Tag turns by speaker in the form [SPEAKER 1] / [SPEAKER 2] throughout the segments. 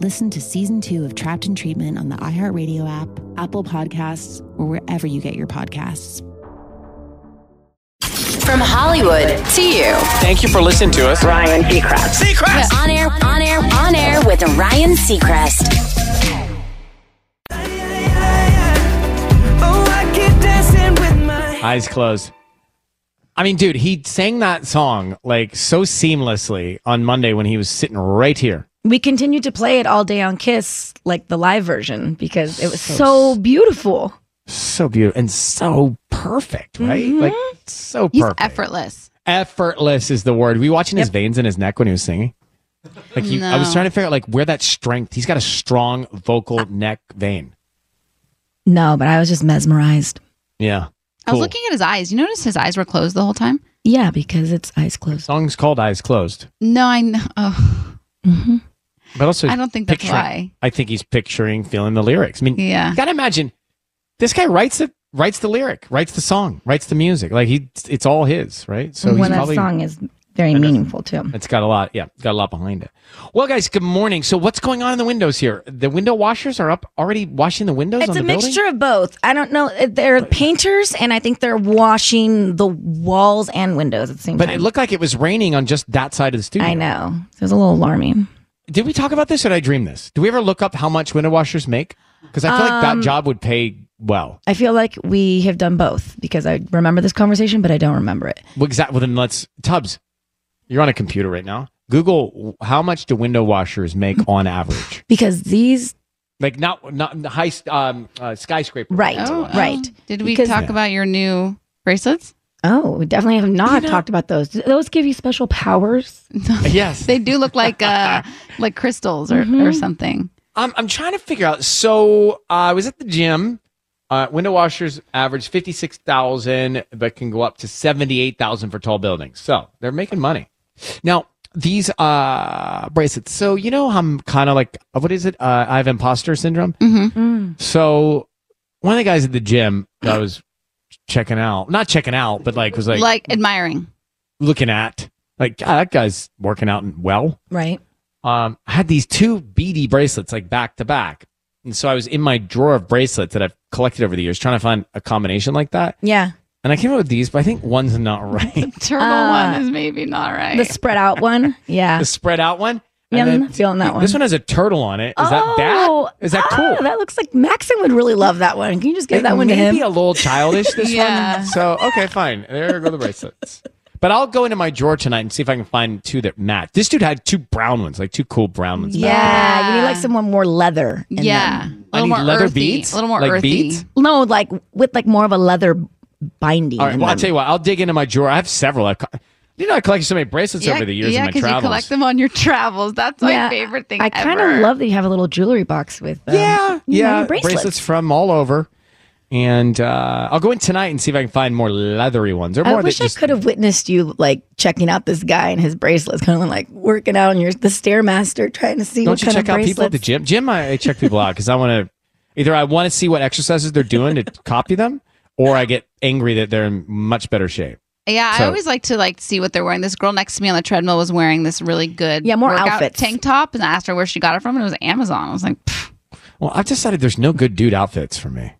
[SPEAKER 1] Listen to season two of Trapped in Treatment on the iHeartRadio app, Apple Podcasts, or wherever you get your podcasts.
[SPEAKER 2] From Hollywood to you.
[SPEAKER 3] Thank you for listening to us. Ryan Seacrest. Seacrest!
[SPEAKER 2] We're on air, on air, on air with Ryan Seacrest.
[SPEAKER 3] Eyes closed. I mean, dude, he sang that song like so seamlessly on Monday when he was sitting right here.
[SPEAKER 4] we continued to play it all day on Kiss, like the live version, because it was so, beautiful.
[SPEAKER 3] So beautiful and so perfect, Mm-hmm. right? Like, so perfect.
[SPEAKER 5] Mm-hmm. effortless.
[SPEAKER 3] Effortless is the word. Were you watching his veins in his neck when he was singing? Like, he, I was
[SPEAKER 5] No. Uh,
[SPEAKER 3] trying to figure out like where that strength. He's got a strong vocal neck vein.
[SPEAKER 4] No, but I was just mesmerized.
[SPEAKER 3] Yeah.
[SPEAKER 5] I was looking at his eyes. You notice his eyes were closed the whole time?
[SPEAKER 4] Yeah, because it's eyes closed.
[SPEAKER 3] Song's called Eyes Closed,
[SPEAKER 5] No, I know. Oh,
[SPEAKER 4] hmm
[SPEAKER 3] but also
[SPEAKER 5] I don't think that's
[SPEAKER 3] picturing-
[SPEAKER 5] why.
[SPEAKER 3] I think he's picturing feeling the lyrics. I mean,
[SPEAKER 5] Yeah.
[SPEAKER 3] You gotta imagine this guy writes it, writes the lyric, writes the song, writes the music. Like he, it's all his, right? So
[SPEAKER 4] when
[SPEAKER 3] he's
[SPEAKER 4] that
[SPEAKER 3] probably
[SPEAKER 4] song is very meaningful too.
[SPEAKER 3] it's got a lot, yeah, got a lot behind it. Well, guys, good morning. So what's going on in the windows here? The window washers are up already washing the windows.
[SPEAKER 4] It's
[SPEAKER 3] on
[SPEAKER 4] a
[SPEAKER 3] the building?
[SPEAKER 4] mixture of both. I don't know. They're painters, and I think they're washing the walls and windows at the same
[SPEAKER 3] but
[SPEAKER 4] time.
[SPEAKER 3] it looked like it was raining on just that side of the studio.
[SPEAKER 4] I know. It was a little alarming.
[SPEAKER 3] Did we talk about this or did I dream this? Do we ever look up how much window washers make? Because I feel like
[SPEAKER 4] Um,
[SPEAKER 3] that job would pay well.
[SPEAKER 4] I feel like we have done both because I remember this conversation, but I don't remember it.
[SPEAKER 3] Well, exactly. Well, then let's Tubbs. You're on a computer right now. Google w- how much do window washers make on average?
[SPEAKER 4] Because these,
[SPEAKER 3] Like not not the high um, uh, skyscraper.
[SPEAKER 4] right,
[SPEAKER 5] Oh, oh.
[SPEAKER 4] right.
[SPEAKER 5] Did we
[SPEAKER 4] Because-
[SPEAKER 5] talk
[SPEAKER 3] Yeah.
[SPEAKER 5] about your new bracelets?
[SPEAKER 4] Oh, we definitely have not
[SPEAKER 3] know-
[SPEAKER 4] talked about those. Do those give you special powers?
[SPEAKER 3] Yes.
[SPEAKER 5] They do look like uh, like crystals or,
[SPEAKER 4] Mm-hmm.
[SPEAKER 5] or something.
[SPEAKER 3] I'm I'm trying to figure out. So uh, I was at the gym. Uh, window washers average fifty six thousand, but can go up to seventy eight thousand for tall buildings. So they're making money. Now these uh bracelets. So you know I'm kind of like uh, what is it? Uh, I have imposter syndrome.
[SPEAKER 5] Mm-hmm.
[SPEAKER 4] Mm.
[SPEAKER 3] So one of the guys at the gym that I was checking out, not checking out, but like was like,
[SPEAKER 5] Like, admiring.
[SPEAKER 3] looking at, like God, that guy's working out and well.
[SPEAKER 4] Right.
[SPEAKER 3] Um, I had these two beady bracelets like back to back, and so I was in my drawer of bracelets that I've collected over the years, trying to find a combination like that.
[SPEAKER 4] Yeah.
[SPEAKER 3] And I came up with these, but I think one's not right.
[SPEAKER 5] Turtle
[SPEAKER 4] Uh,
[SPEAKER 5] one is maybe not right.
[SPEAKER 4] The spread out one. Yeah.
[SPEAKER 3] the spread out one. and
[SPEAKER 4] Yeah, I'm
[SPEAKER 3] then-
[SPEAKER 4] not feeling that one.
[SPEAKER 3] This one has a turtle on it. Is that bad? Is that cool?
[SPEAKER 4] Oh, that looks like Maxon would really love that one. Can you just give
[SPEAKER 3] It
[SPEAKER 4] that one to
[SPEAKER 3] may
[SPEAKER 4] him?
[SPEAKER 3] be a little childish this
[SPEAKER 5] Yeah.
[SPEAKER 3] one. So okay, fine. There go the bracelets. But I'll go into my drawer tonight and see if I can find two that match. This dude had two brown ones, like two cool brown ones.
[SPEAKER 4] yeah. You need like
[SPEAKER 5] Yeah.
[SPEAKER 4] someone more leather. In
[SPEAKER 5] yeah.
[SPEAKER 4] them.
[SPEAKER 3] I need
[SPEAKER 4] more
[SPEAKER 3] leather
[SPEAKER 4] earthy,
[SPEAKER 3] beads.
[SPEAKER 4] a little more
[SPEAKER 3] like
[SPEAKER 4] earthy.
[SPEAKER 3] beads.
[SPEAKER 4] No, like with like more of a leather binding.
[SPEAKER 3] All right.
[SPEAKER 4] in
[SPEAKER 3] Well, I'll
[SPEAKER 4] them.
[SPEAKER 3] tell you what. I'll dig into my drawer. I have several. I've, co- you know, I collected so many bracelets over the years in
[SPEAKER 5] yeah,
[SPEAKER 3] my
[SPEAKER 5] because you
[SPEAKER 3] travels.
[SPEAKER 5] collect them on your travels. That's my favorite thing.
[SPEAKER 4] I kind
[SPEAKER 5] ever.
[SPEAKER 4] of love that you have a little jewelry box with uh,
[SPEAKER 3] yeah,
[SPEAKER 4] you know,
[SPEAKER 3] yeah,
[SPEAKER 4] your bracelets.
[SPEAKER 3] from all over. And uh, I'll go in tonight and see if I can find more leathery ones or more
[SPEAKER 4] I
[SPEAKER 3] that
[SPEAKER 4] wish
[SPEAKER 3] just
[SPEAKER 4] I could have witnessed you like checking out this guy and his bracelets, kind of like working out on your the stairmaster, trying to see
[SPEAKER 3] Don't
[SPEAKER 4] what
[SPEAKER 3] you
[SPEAKER 4] kind
[SPEAKER 3] check
[SPEAKER 4] of
[SPEAKER 3] out
[SPEAKER 4] bracelets.
[SPEAKER 3] people at the gym? Gym, I, I check people out because I want to either I want to see what exercises they're doing to copy them, or I get angry that they're in much better shape.
[SPEAKER 5] Yeah,
[SPEAKER 3] So-
[SPEAKER 5] I always like to like see what they're wearing. This girl next to me on the treadmill was wearing this really good
[SPEAKER 4] Yeah, more
[SPEAKER 5] workout
[SPEAKER 4] outfits.
[SPEAKER 5] tank top, and I asked her where she got it from, and it was Amazon. I was like, "Pff,
[SPEAKER 3] Well, I've decided there's no good dude outfits for me,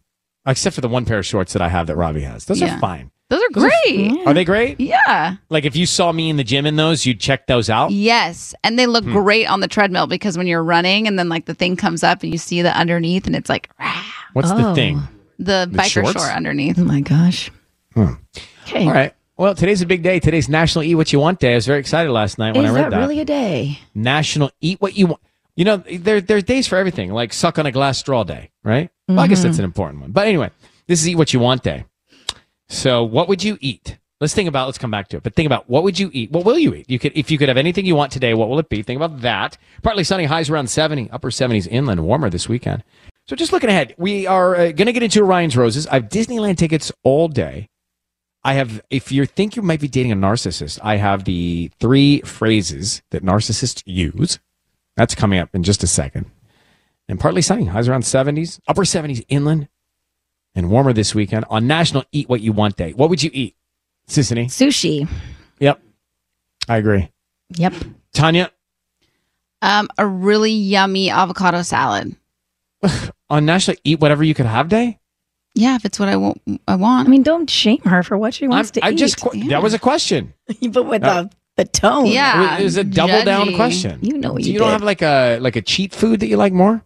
[SPEAKER 3] except for the one pair of shorts that I have that Robbie has. Those
[SPEAKER 5] Yeah.
[SPEAKER 3] are fine.
[SPEAKER 5] those are great.
[SPEAKER 3] Are they great?
[SPEAKER 5] yeah.
[SPEAKER 3] Like if you saw me in the gym in those, you'd check those out.
[SPEAKER 5] Yes, and they look
[SPEAKER 3] Hmm.
[SPEAKER 5] great on the treadmill because when you're running and then like the thing comes up and you see the underneath and it's like
[SPEAKER 3] What's the
[SPEAKER 4] Oh.
[SPEAKER 3] thing?
[SPEAKER 5] the
[SPEAKER 3] The
[SPEAKER 5] biker
[SPEAKER 3] shorts?
[SPEAKER 5] short underneath.
[SPEAKER 4] Oh my gosh. Okay.
[SPEAKER 3] All right. Well, today's a big day. Today's National Eat What You Want Day. I was very excited last night when
[SPEAKER 4] Is
[SPEAKER 3] I read
[SPEAKER 4] that really a day?
[SPEAKER 3] National Eat What You Want. You know, there, there's days for everything, like suck on a glass straw day, right? Well, I guess
[SPEAKER 4] Mhm.
[SPEAKER 3] that's an important one. But anyway, this is Eat What You Want Day. So, what would you eat? Let's think about. Let's come back to it. But think about what would you eat? What will you eat? You could, if you could have anything you want today, what will it be? Think about that. Partly sunny, highs around seventy, upper seventies inland, warmer this weekend. So, just looking ahead, we are uh, going to get into Orion's Roses. I have Disneyland tickets all day. I have, if you think you might be dating a narcissist, I have the three phrases that narcissists use. That's coming up in just a second. And partly sunny, highs around 70s, upper 70s inland, and warmer this weekend on National Eat What You Want Day. What would you eat, Sissany?
[SPEAKER 4] Sushi.
[SPEAKER 3] Yep. I agree.
[SPEAKER 4] Yep.
[SPEAKER 3] Tanya,
[SPEAKER 5] Um, a really yummy avocado salad.
[SPEAKER 3] on National Eat Whatever You Could Have Day?
[SPEAKER 5] Yeah, if it's what I want, I
[SPEAKER 4] I
[SPEAKER 5] want.
[SPEAKER 4] mean, don't shame her for what she wants
[SPEAKER 3] I'm-
[SPEAKER 4] to
[SPEAKER 3] I
[SPEAKER 4] eat.
[SPEAKER 3] just, que- that was a question.
[SPEAKER 4] but with
[SPEAKER 3] Uh,
[SPEAKER 4] the, the tone.
[SPEAKER 5] Yeah,
[SPEAKER 3] it was a double down
[SPEAKER 5] judgy.
[SPEAKER 3] question.
[SPEAKER 4] You know what
[SPEAKER 3] Do
[SPEAKER 4] you
[SPEAKER 3] you don't
[SPEAKER 4] did.
[SPEAKER 3] have like a like a cheat food that you like more?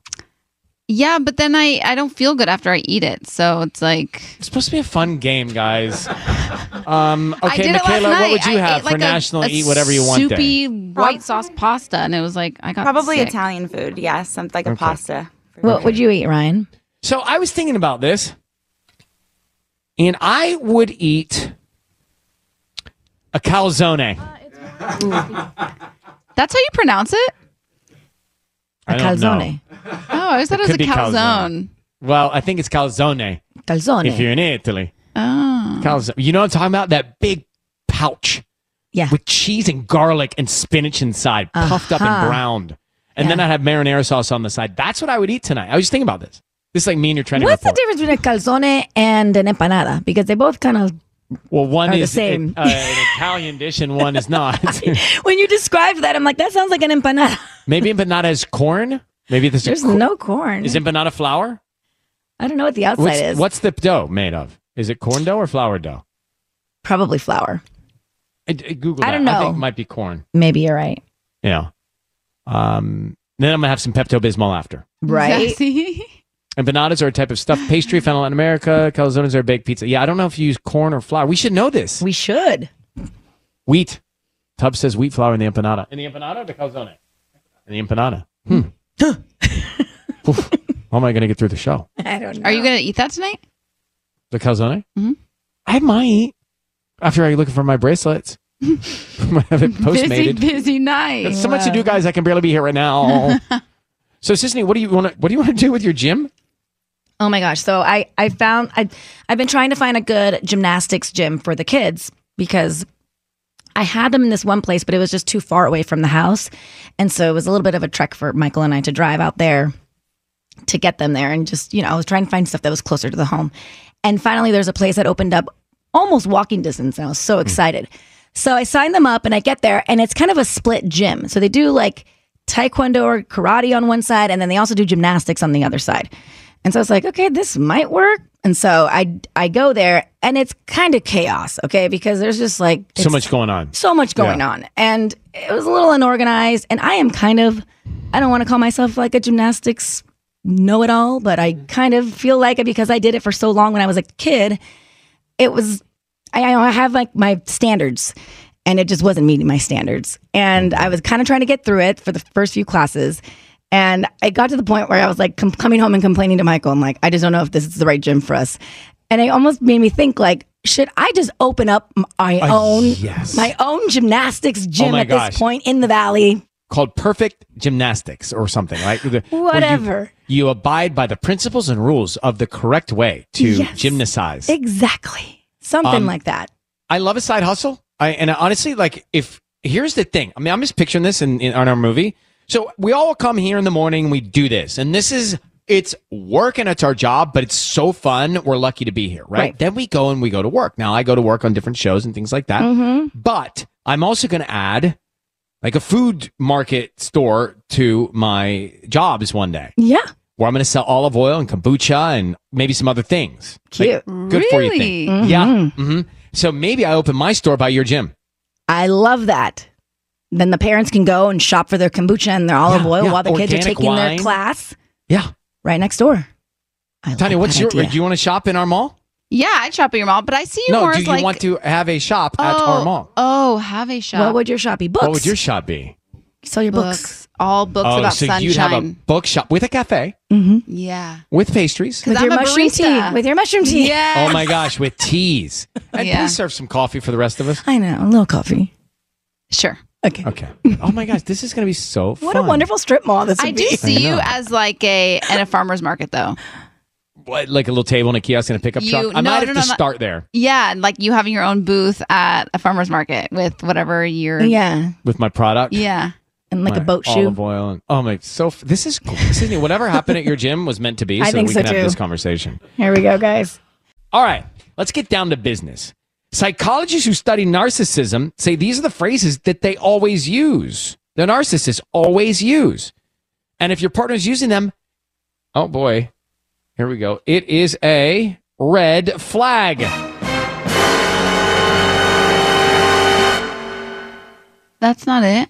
[SPEAKER 5] Yeah, but then I I don't feel good after I eat it, so it's like
[SPEAKER 3] It's supposed to be a fun game, guys. Um,
[SPEAKER 5] I did
[SPEAKER 3] okay,
[SPEAKER 5] it last
[SPEAKER 3] Michaela, what
[SPEAKER 5] night.
[SPEAKER 3] would you
[SPEAKER 5] I
[SPEAKER 3] have
[SPEAKER 5] ate,
[SPEAKER 3] for
[SPEAKER 5] like, a-
[SPEAKER 3] National
[SPEAKER 5] a
[SPEAKER 3] Eat Whatever You Want Day?
[SPEAKER 5] Soupy white sauce pasta, and it was like I got
[SPEAKER 6] Probably
[SPEAKER 5] sick.
[SPEAKER 6] Italian food. Yeah, something like a
[SPEAKER 3] Okay.
[SPEAKER 6] pasta.
[SPEAKER 4] What would you eat, Ryan?
[SPEAKER 3] So I was thinking about this, and I would eat a calzone.
[SPEAKER 5] That's how you pronounce it?
[SPEAKER 3] I don't know.
[SPEAKER 5] Oh, I thought it
[SPEAKER 3] It
[SPEAKER 5] was
[SPEAKER 3] could
[SPEAKER 5] a
[SPEAKER 3] be calzone.
[SPEAKER 5] calzone.
[SPEAKER 3] Well, I think it's calzone if
[SPEAKER 4] Calzone.
[SPEAKER 3] you're in Italy.
[SPEAKER 5] Oh.
[SPEAKER 3] Calzone. You know what I'm talking about? That big pouch
[SPEAKER 4] Yeah.
[SPEAKER 3] with cheese and garlic and spinach inside, puffed up and
[SPEAKER 4] Uh-huh.
[SPEAKER 3] browned. And then I'd have marinara sauce on the side. That's what I would eat tonight. I was just thinking about this. This is like me and your trending
[SPEAKER 4] What's
[SPEAKER 3] report.
[SPEAKER 4] the difference between a calzone and an empanada? Because they both kind of
[SPEAKER 3] Well, one
[SPEAKER 4] Are Oh, the
[SPEAKER 3] is a-
[SPEAKER 4] same.
[SPEAKER 3] uh, an Italian dish and one is not.
[SPEAKER 4] when you described that, I'm like, that sounds like an empanada.
[SPEAKER 3] Maybe empanada is corn. Maybe this
[SPEAKER 4] There's
[SPEAKER 3] is cor-
[SPEAKER 4] no corn.
[SPEAKER 3] Is empanada flour?
[SPEAKER 4] I don't know what the outside
[SPEAKER 3] What's,
[SPEAKER 4] is.
[SPEAKER 3] what's the dough made of? Is it corn dough or flour dough?
[SPEAKER 4] Probably flour.
[SPEAKER 3] I, I Google.
[SPEAKER 4] I
[SPEAKER 3] that.
[SPEAKER 4] don't
[SPEAKER 3] I
[SPEAKER 4] know.
[SPEAKER 3] think it might be corn.
[SPEAKER 4] Maybe you're right.
[SPEAKER 3] Yeah. Um. Then I'm gonna have some Pepto Bismol after.
[SPEAKER 4] Right?
[SPEAKER 5] See?
[SPEAKER 3] Empanadas are a type of stuffed pastry found in Latin America. Calzones are baked pizza. Yeah, I don't know if you use corn or flour. We should know this.
[SPEAKER 4] We should.
[SPEAKER 3] Wheat. Tubbs says wheat flour in the empanada. In the empanada or the calzone? In the empanada. Hmm. Oof. How am I gonna get through the show?
[SPEAKER 4] I don't know.
[SPEAKER 5] Are you going to eat that tonight?
[SPEAKER 3] The calzone?
[SPEAKER 4] Mm-hmm.
[SPEAKER 5] Mhm.
[SPEAKER 3] I might. After I looking for my bracelets. I have it
[SPEAKER 5] Busy,
[SPEAKER 3] postmated.
[SPEAKER 5] busy night.
[SPEAKER 3] There's so much to do, guys. I can barely be here right now. so, Sisney, what do you want? to What do you want to do with your gym?
[SPEAKER 4] Oh my gosh. So I I found I I've been trying to find a good gymnastics gym for the kids because I had them in this one place, but it was just too far away from the house. And so it was a little bit of a trek for Michael and I to drive out there to get them there and just, you know, I was trying to find stuff that was closer to the home. And finally there's a place that opened up almost walking distance and I was so
[SPEAKER 3] Hmm.
[SPEAKER 4] excited. So I signed them up and I get there and it's kind of a split gym. So they do like taekwondo or karate on one side and then they also do gymnastics on the other side. And so I was like, okay, this might work. And so I I go there and it's kind of chaos, okay? Because there's just like
[SPEAKER 3] So
[SPEAKER 4] it's-
[SPEAKER 3] much going on.
[SPEAKER 4] so much going
[SPEAKER 3] Yeah.
[SPEAKER 4] on and it was a little unorganized and i am kind of i don't want to call myself like a gymnastics know-it-all but i kind of feel like it because i did it for so long when i was a kid it was i, I have like my standards and it just wasn't meeting my standards and i was kind of trying to get through it for the first few classes And it got to the point where I was like com- coming home and complaining to Michael. I'm like, I just don't know if this is the right gym for us. And it almost made me think like, should I just open up my
[SPEAKER 3] Uh,
[SPEAKER 4] own
[SPEAKER 3] yes. Oh
[SPEAKER 4] my own gymnastics gym
[SPEAKER 3] my
[SPEAKER 4] at
[SPEAKER 3] gosh.
[SPEAKER 4] this point in the valley?
[SPEAKER 3] called perfect gymnastics or something, right? The- where you-
[SPEAKER 4] Whatever.
[SPEAKER 3] You, abide by the principles and rules of the correct way to gymnasize.
[SPEAKER 4] Exactly. Something
[SPEAKER 3] Um,
[SPEAKER 4] like that.
[SPEAKER 3] I love a side hustle. I and I honestly, like, if here's the thing. I mean, I'm just picturing this in, in on our movie. So we all come here in the morning. We do this, and this is it's work and it's our job, but it's so fun. We're lucky to be here, right?
[SPEAKER 4] Right.
[SPEAKER 3] Then we go and we go to work. Now I go to work on different shows and things like that.
[SPEAKER 5] Mm-hmm.
[SPEAKER 4] Mhm.
[SPEAKER 3] But I'm also going to add like a food market store to my jobs one day.
[SPEAKER 4] Yeah.
[SPEAKER 3] Where I'm going to sell olive oil and kombucha and maybe some other things.
[SPEAKER 4] Cute.
[SPEAKER 3] Like, good for you thing.
[SPEAKER 4] Really?
[SPEAKER 3] Yeah.
[SPEAKER 5] Mm-hmm.
[SPEAKER 3] hmm So maybe I open my store by your gym.
[SPEAKER 4] I love that. Then the parents can go and shop for their kombucha and their olive oil
[SPEAKER 3] yeah.
[SPEAKER 4] while the kids are
[SPEAKER 3] Organic
[SPEAKER 4] taking
[SPEAKER 3] wine.
[SPEAKER 4] their class
[SPEAKER 3] Yeah.
[SPEAKER 4] right next door.
[SPEAKER 3] Tanya, what's
[SPEAKER 4] that
[SPEAKER 3] your,
[SPEAKER 4] idea.
[SPEAKER 3] do you want to shop in our mall?
[SPEAKER 5] Yeah, I'd shop at your mall, but I see you
[SPEAKER 3] no,
[SPEAKER 5] more
[SPEAKER 3] do
[SPEAKER 5] as
[SPEAKER 3] you
[SPEAKER 5] like
[SPEAKER 3] want to have a shop at
[SPEAKER 5] oh,
[SPEAKER 3] our mall?
[SPEAKER 5] Oh, have a shop.
[SPEAKER 4] What would your shop be? Books.
[SPEAKER 3] What would your shop be?
[SPEAKER 4] Sell your books.
[SPEAKER 5] All books
[SPEAKER 3] oh,
[SPEAKER 5] about
[SPEAKER 3] so
[SPEAKER 5] sunshine. Mm-hmm.
[SPEAKER 3] you'd have a bookshop with a cafe,
[SPEAKER 5] yeah.
[SPEAKER 3] with pastries.
[SPEAKER 4] With
[SPEAKER 5] I'm
[SPEAKER 4] your
[SPEAKER 5] a
[SPEAKER 4] mushroom
[SPEAKER 5] barista.
[SPEAKER 4] tea. With your mushroom tea.
[SPEAKER 5] Yeah.
[SPEAKER 3] Oh my gosh, with teas. And
[SPEAKER 5] Yeah.
[SPEAKER 3] please serve some coffee for the rest of us.
[SPEAKER 4] I know. A little coffee.
[SPEAKER 5] Sure.
[SPEAKER 4] Okay.
[SPEAKER 3] Okay. Oh my gosh, this is going to be so Oh, fun.
[SPEAKER 4] What a wonderful strip mall this would
[SPEAKER 5] I do
[SPEAKER 4] be.
[SPEAKER 5] see
[SPEAKER 3] I
[SPEAKER 5] you
[SPEAKER 3] know.
[SPEAKER 5] as like a in a farmer's market though.
[SPEAKER 3] What, like a little table and a kiosk and a pickup
[SPEAKER 5] You-
[SPEAKER 3] truck. I
[SPEAKER 5] no,
[SPEAKER 3] might have
[SPEAKER 5] no,
[SPEAKER 3] to
[SPEAKER 5] no, no.
[SPEAKER 3] start there
[SPEAKER 5] Yeah, and like you having your own booth at a farmer's market with whatever your
[SPEAKER 4] Yeah.
[SPEAKER 3] with my product.
[SPEAKER 5] yeah.
[SPEAKER 4] And like
[SPEAKER 3] my
[SPEAKER 4] a boat shoe.
[SPEAKER 3] olive oil and oh my so f- this is cool. this is neat. whatever happened at your gym was meant to be
[SPEAKER 4] I
[SPEAKER 3] so that
[SPEAKER 4] think
[SPEAKER 3] we
[SPEAKER 4] so
[SPEAKER 3] can have
[SPEAKER 4] too.
[SPEAKER 3] this conversation.
[SPEAKER 4] Here we go, guys.
[SPEAKER 3] All right, let's get down to business. Psychologists who study narcissism say these are the phrases that they always use. The narcissists always use. And if your partner's using them, oh boy, here we go. It is a red flag.
[SPEAKER 5] That's not it.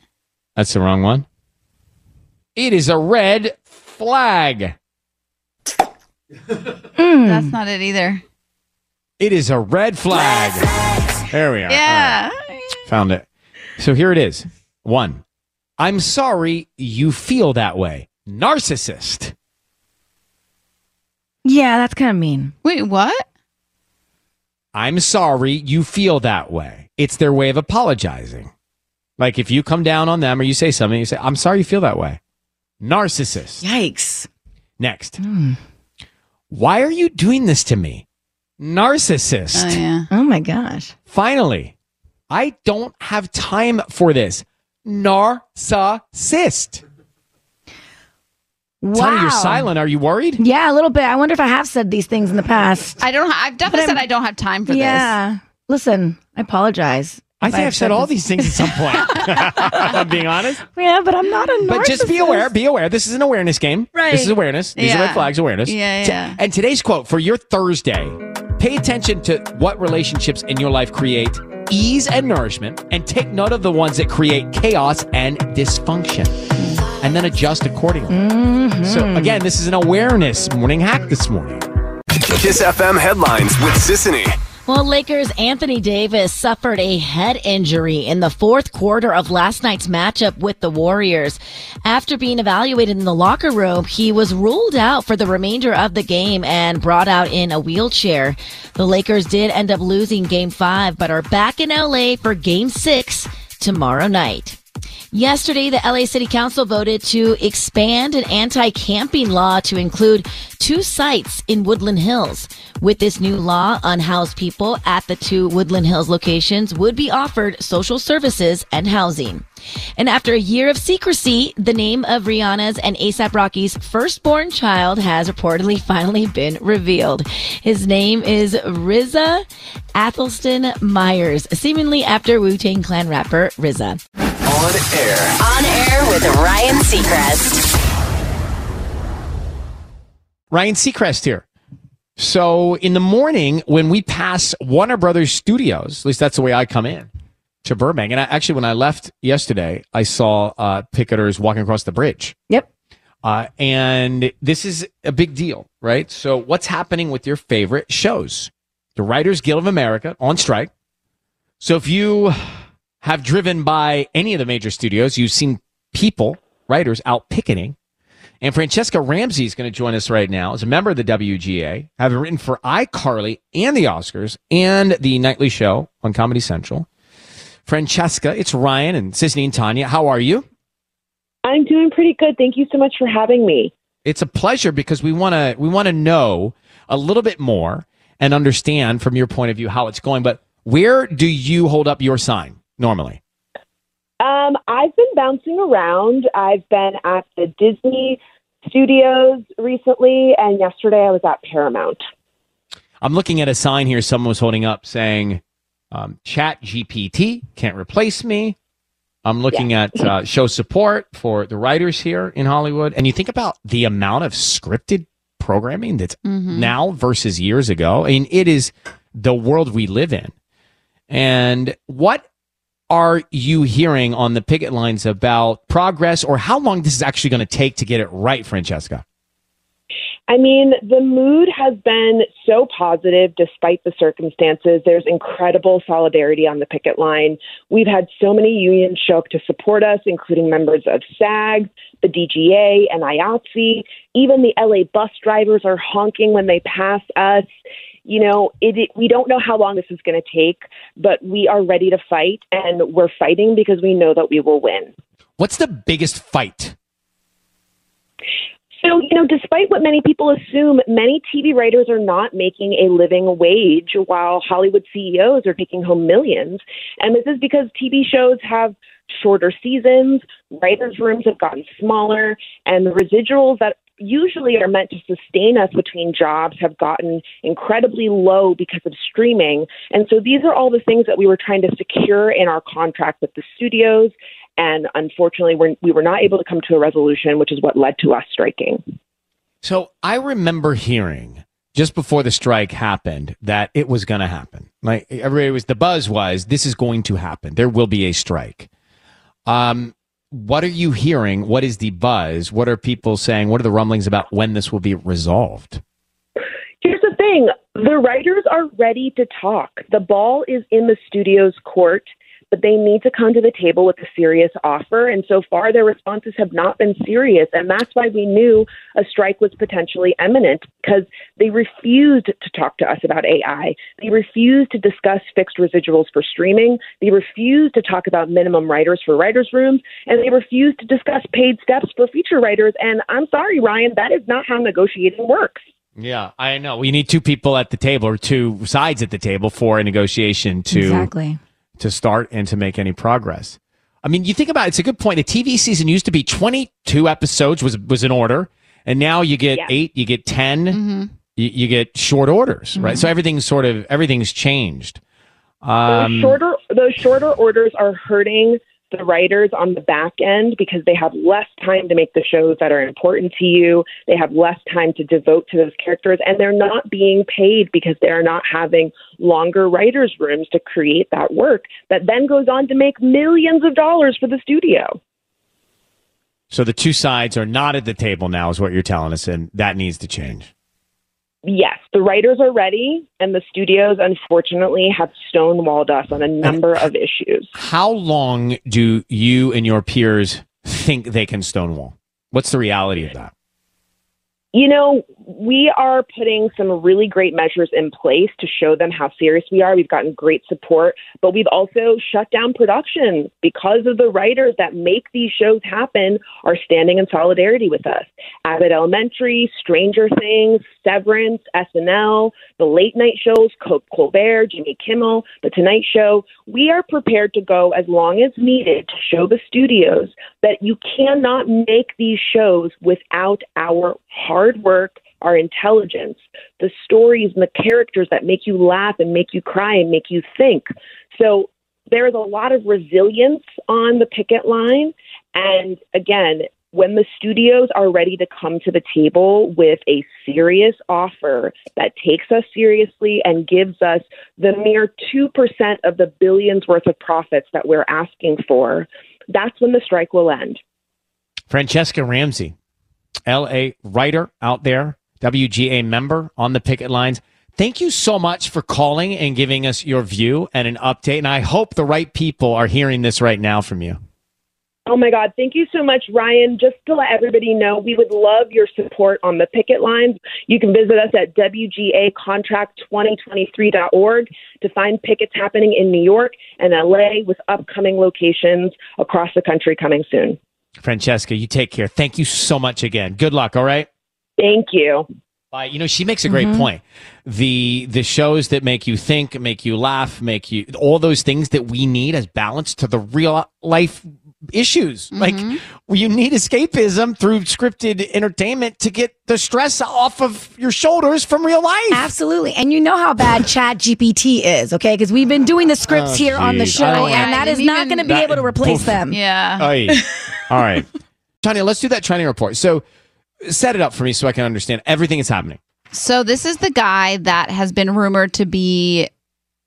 [SPEAKER 3] That's the wrong one. It is a red flag.
[SPEAKER 4] Hmm.
[SPEAKER 5] That's not it either.
[SPEAKER 3] It is a red flag. There we are. All
[SPEAKER 5] Yeah.
[SPEAKER 3] right. Found it. So here it is. One, I'm sorry you feel that way. Narcissist.
[SPEAKER 4] Yeah, that's kind of mean.
[SPEAKER 5] Wait, what?
[SPEAKER 3] I'm sorry you feel that way. It's their way of apologizing. Like if you come down on them or you say something, you say, I'm sorry you feel that way. Narcissist.
[SPEAKER 4] Yikes.
[SPEAKER 3] Next.
[SPEAKER 5] Hmm.
[SPEAKER 3] Why are you doing this to me? Narcissist.
[SPEAKER 5] Oh yeah.
[SPEAKER 4] Oh my gosh.
[SPEAKER 3] Finally, I don't have time for this. Narcissist.
[SPEAKER 4] Wow.
[SPEAKER 3] Tony, you're silent. Are you worried?
[SPEAKER 4] Yeah, a little bit. I wonder if I have said these things in the past.
[SPEAKER 5] I don't. ha- I've definitely said I don't have time for this.
[SPEAKER 4] yeah. Listen, I apologize.
[SPEAKER 3] I
[SPEAKER 4] if
[SPEAKER 3] think I've said all
[SPEAKER 4] this-
[SPEAKER 3] these things at some point. if I'm being honest.
[SPEAKER 4] Yeah, but I'm not a narcissist.
[SPEAKER 3] But just be aware, be aware. This is an awareness game.
[SPEAKER 4] Right.
[SPEAKER 3] This is awareness. These are
[SPEAKER 5] Yeah.
[SPEAKER 3] red flags, awareness.
[SPEAKER 5] Yeah,
[SPEAKER 3] T-
[SPEAKER 5] yeah.
[SPEAKER 3] And today's quote for your Thursday pay attention to what relationships in your life create ease and nourishment, and take note of the ones that create chaos and dysfunction, and then adjust accordingly.
[SPEAKER 5] Mm-hmm.
[SPEAKER 3] So, again, this is an awareness morning hack this morning.
[SPEAKER 6] Kiss FM headlines with Sissany.
[SPEAKER 7] Well, Lakers Anthony Davis suffered a head injury in the fourth quarter of last night's matchup with the Warriors. After being evaluated in the locker room, he was ruled out for the remainder of the game and brought out in a wheelchair. The Lakers did end up losing game five, but are back in LA for game six tomorrow night. Yesterday, the LA City Council voted to expand an anti camping law to include two sites in Woodland Hills. With this new law, unhoused people at the two Woodland Hills locations would be offered social services and housing. And after a year of secrecy, the name of Rihanna's and ASAP Rocky's firstborn child has reportedly finally been revealed. His name is Riza Athelston Myers, seemingly after Wu Tang Clan rapper Riza.
[SPEAKER 6] On air.
[SPEAKER 2] On air with Ryan Seacrest.
[SPEAKER 3] Ryan Seacrest here. So in the morning, when we pass Warner Brothers Studios, at least that's the way I come in to Burbank. And I, actually, when I left yesterday, I saw uh, picketers walking across the bridge.
[SPEAKER 4] Yep.
[SPEAKER 3] Uh, and this is a big deal, right? So what's happening with your favorite shows? The Writers Guild of America on strike. So if you have driven by any of the major studios, you've seen people, writers out picketing. And Francesca Ramsey is going to join us right now as a member of the WGA, having written for iCarly and the Oscars and the Nightly Show on Comedy Central. Francesca, it's Ryan and Sisney and Tanya. How are you?
[SPEAKER 8] I'm doing pretty good. Thank you so much for having me.
[SPEAKER 3] It's a pleasure because we want to we want to know a little bit more and understand from your point of view how it's going. But where do you hold up your sign normally?
[SPEAKER 8] Um, I've been bouncing around. I've been at the Disney studios recently, and yesterday I was at Paramount.
[SPEAKER 3] I'm looking at a sign here someone was holding up saying, um, Chat GPT can't replace me. I'm looking at uh, show support for the writers here in Hollywood. And you think about the amount of scripted programming that's
[SPEAKER 5] Mhm.
[SPEAKER 3] now versus years ago. I mean, it is the world we live in. And what are you hearing on the picket lines about progress or how long this is actually going to take to get it right, Francesca?
[SPEAKER 8] I mean, the mood has been so positive despite the circumstances. There's incredible solidarity on the picket line. We've had so many unions show up to support us, including members of SAG, the DGA, and IATSE. E. Even the LA bus drivers are honking when they pass us. You know, it, it, we don't know how long this is going to take, but we are ready to fight, and we're fighting because we know that we will win.
[SPEAKER 3] What's the biggest fight?
[SPEAKER 8] So, you know, despite what many people assume, many TV writers are not making a living wage while Hollywood CEOs are taking home millions. And this is because TV shows have shorter seasons, writers' rooms have gotten smaller, and the residuals that usually are meant to sustain us between jobs have gotten incredibly low because of streaming. And so these are all the things that we were trying to secure in our contract with the studios. And unfortunately, we're, we were not able to come to a resolution, which is what led to us striking.
[SPEAKER 3] So I remember hearing just before the strike happened that it was going to happen. Like everybody was, the buzz was, this is going to happen. There will be a strike. Um, what are you hearing? What is the buzz? What are people saying? What are the rumblings about when this will be resolved?
[SPEAKER 8] Here's the thing the writers are ready to talk. The ball is in the studio's court, but they need to come to the table with a serious offer. And so far, their responses have not been serious. And that's why we knew a strike was potentially imminent because they refused to talk to us about AI. They refused to discuss fixed residuals for streaming. They refused to talk about minimum writers for writers' rooms. And they refused to discuss paid steps for feature writers. And I'm sorry, Ryan, that is not how negotiating works.
[SPEAKER 3] Yeah, I know. We need two people at the table or two sides at the table for a negotiation to
[SPEAKER 4] Exactly.
[SPEAKER 3] to start and to make any progress. I mean, you think about it, it's a good point. The TV season used to be 22 episodes was was in order, and now you get 8, you get 10, you, you get short orders, right? So everything's sort of everything's changed. Um,
[SPEAKER 8] those shorter those shorter orders are hurting the writers on the back end because they have less time to make the shows that are important to you. They have less time to devote to those characters and they're not being paid because they're not having longer writers rooms to create that work that then goes on to make millions of dollars for the studio.
[SPEAKER 3] So the two sides are not at the table now is what you're telling us and that needs to change.
[SPEAKER 8] Yes, the writers are ready and the studios unfortunately have stonewalled us on a number of issues.
[SPEAKER 3] How long do you and your peers think they can stonewall? What's the reality of that?
[SPEAKER 8] you know, we are putting some really great measures in place to show them how serious we are. We've gotten great support, but we've also shut down production because of the writers that make these shows happen are standing in solidarity with us. Abbott Elementary, Stranger Things, Severance, SNL, the late night shows, Col- Colbert, Jimmy Kimmel, The Tonight Show. We are prepared to go as long as needed to show the studios that you cannot make these shows without our hard work, our intelligence, the stories and the characters that make you laugh and make you cry and make you think. So there is a lot of resilience on the picket line. And again, when the studios are ready to come to the table with a serious offer that takes us seriously and gives us the mere 2% of the billions worth of profits that we're asking for, that's when the strike will end.
[SPEAKER 3] Francesca Ramsey, LA writer out there, WGA member on the picket lines. Thank you so much for calling and giving us your view and an update. And I hope the right people are hearing this right now from you.
[SPEAKER 8] Oh my God. Thank you so much, Ryan. Just to let everybody know, we would love your support on the picket lines. You can visit us at WGAcontract2023.org to find pickets happening in New York and LA with upcoming locations across the country coming soon.
[SPEAKER 3] Francesca, you take care. Thank you so much again. Good luck. All right.
[SPEAKER 8] Thank you.
[SPEAKER 3] Bye. You know, she makes a great
[SPEAKER 8] Mhm.
[SPEAKER 3] point. The the shows that make you think, make you laugh, make you all those things that we need as balance to the real life issues. Like you need escapism through scripted entertainment to get the stress off of your shoulders from real life.
[SPEAKER 4] Absolutely. And you know how bad Chat GPT is, okay? Because we've been doing the scripts
[SPEAKER 3] Oh, Oh.
[SPEAKER 4] here on the
[SPEAKER 3] geez.
[SPEAKER 4] show,
[SPEAKER 3] I don't
[SPEAKER 4] and
[SPEAKER 5] wanna-
[SPEAKER 4] that is
[SPEAKER 5] I didn't
[SPEAKER 4] not
[SPEAKER 5] even-
[SPEAKER 4] going to be
[SPEAKER 3] That-
[SPEAKER 4] able to replace
[SPEAKER 3] Oof.
[SPEAKER 4] them.
[SPEAKER 5] Yeah.
[SPEAKER 3] Ay. All right. Tanya, let's do that training report. So set it up for me so I can understand everything that's happening.
[SPEAKER 5] So this is the guy that has been rumored to be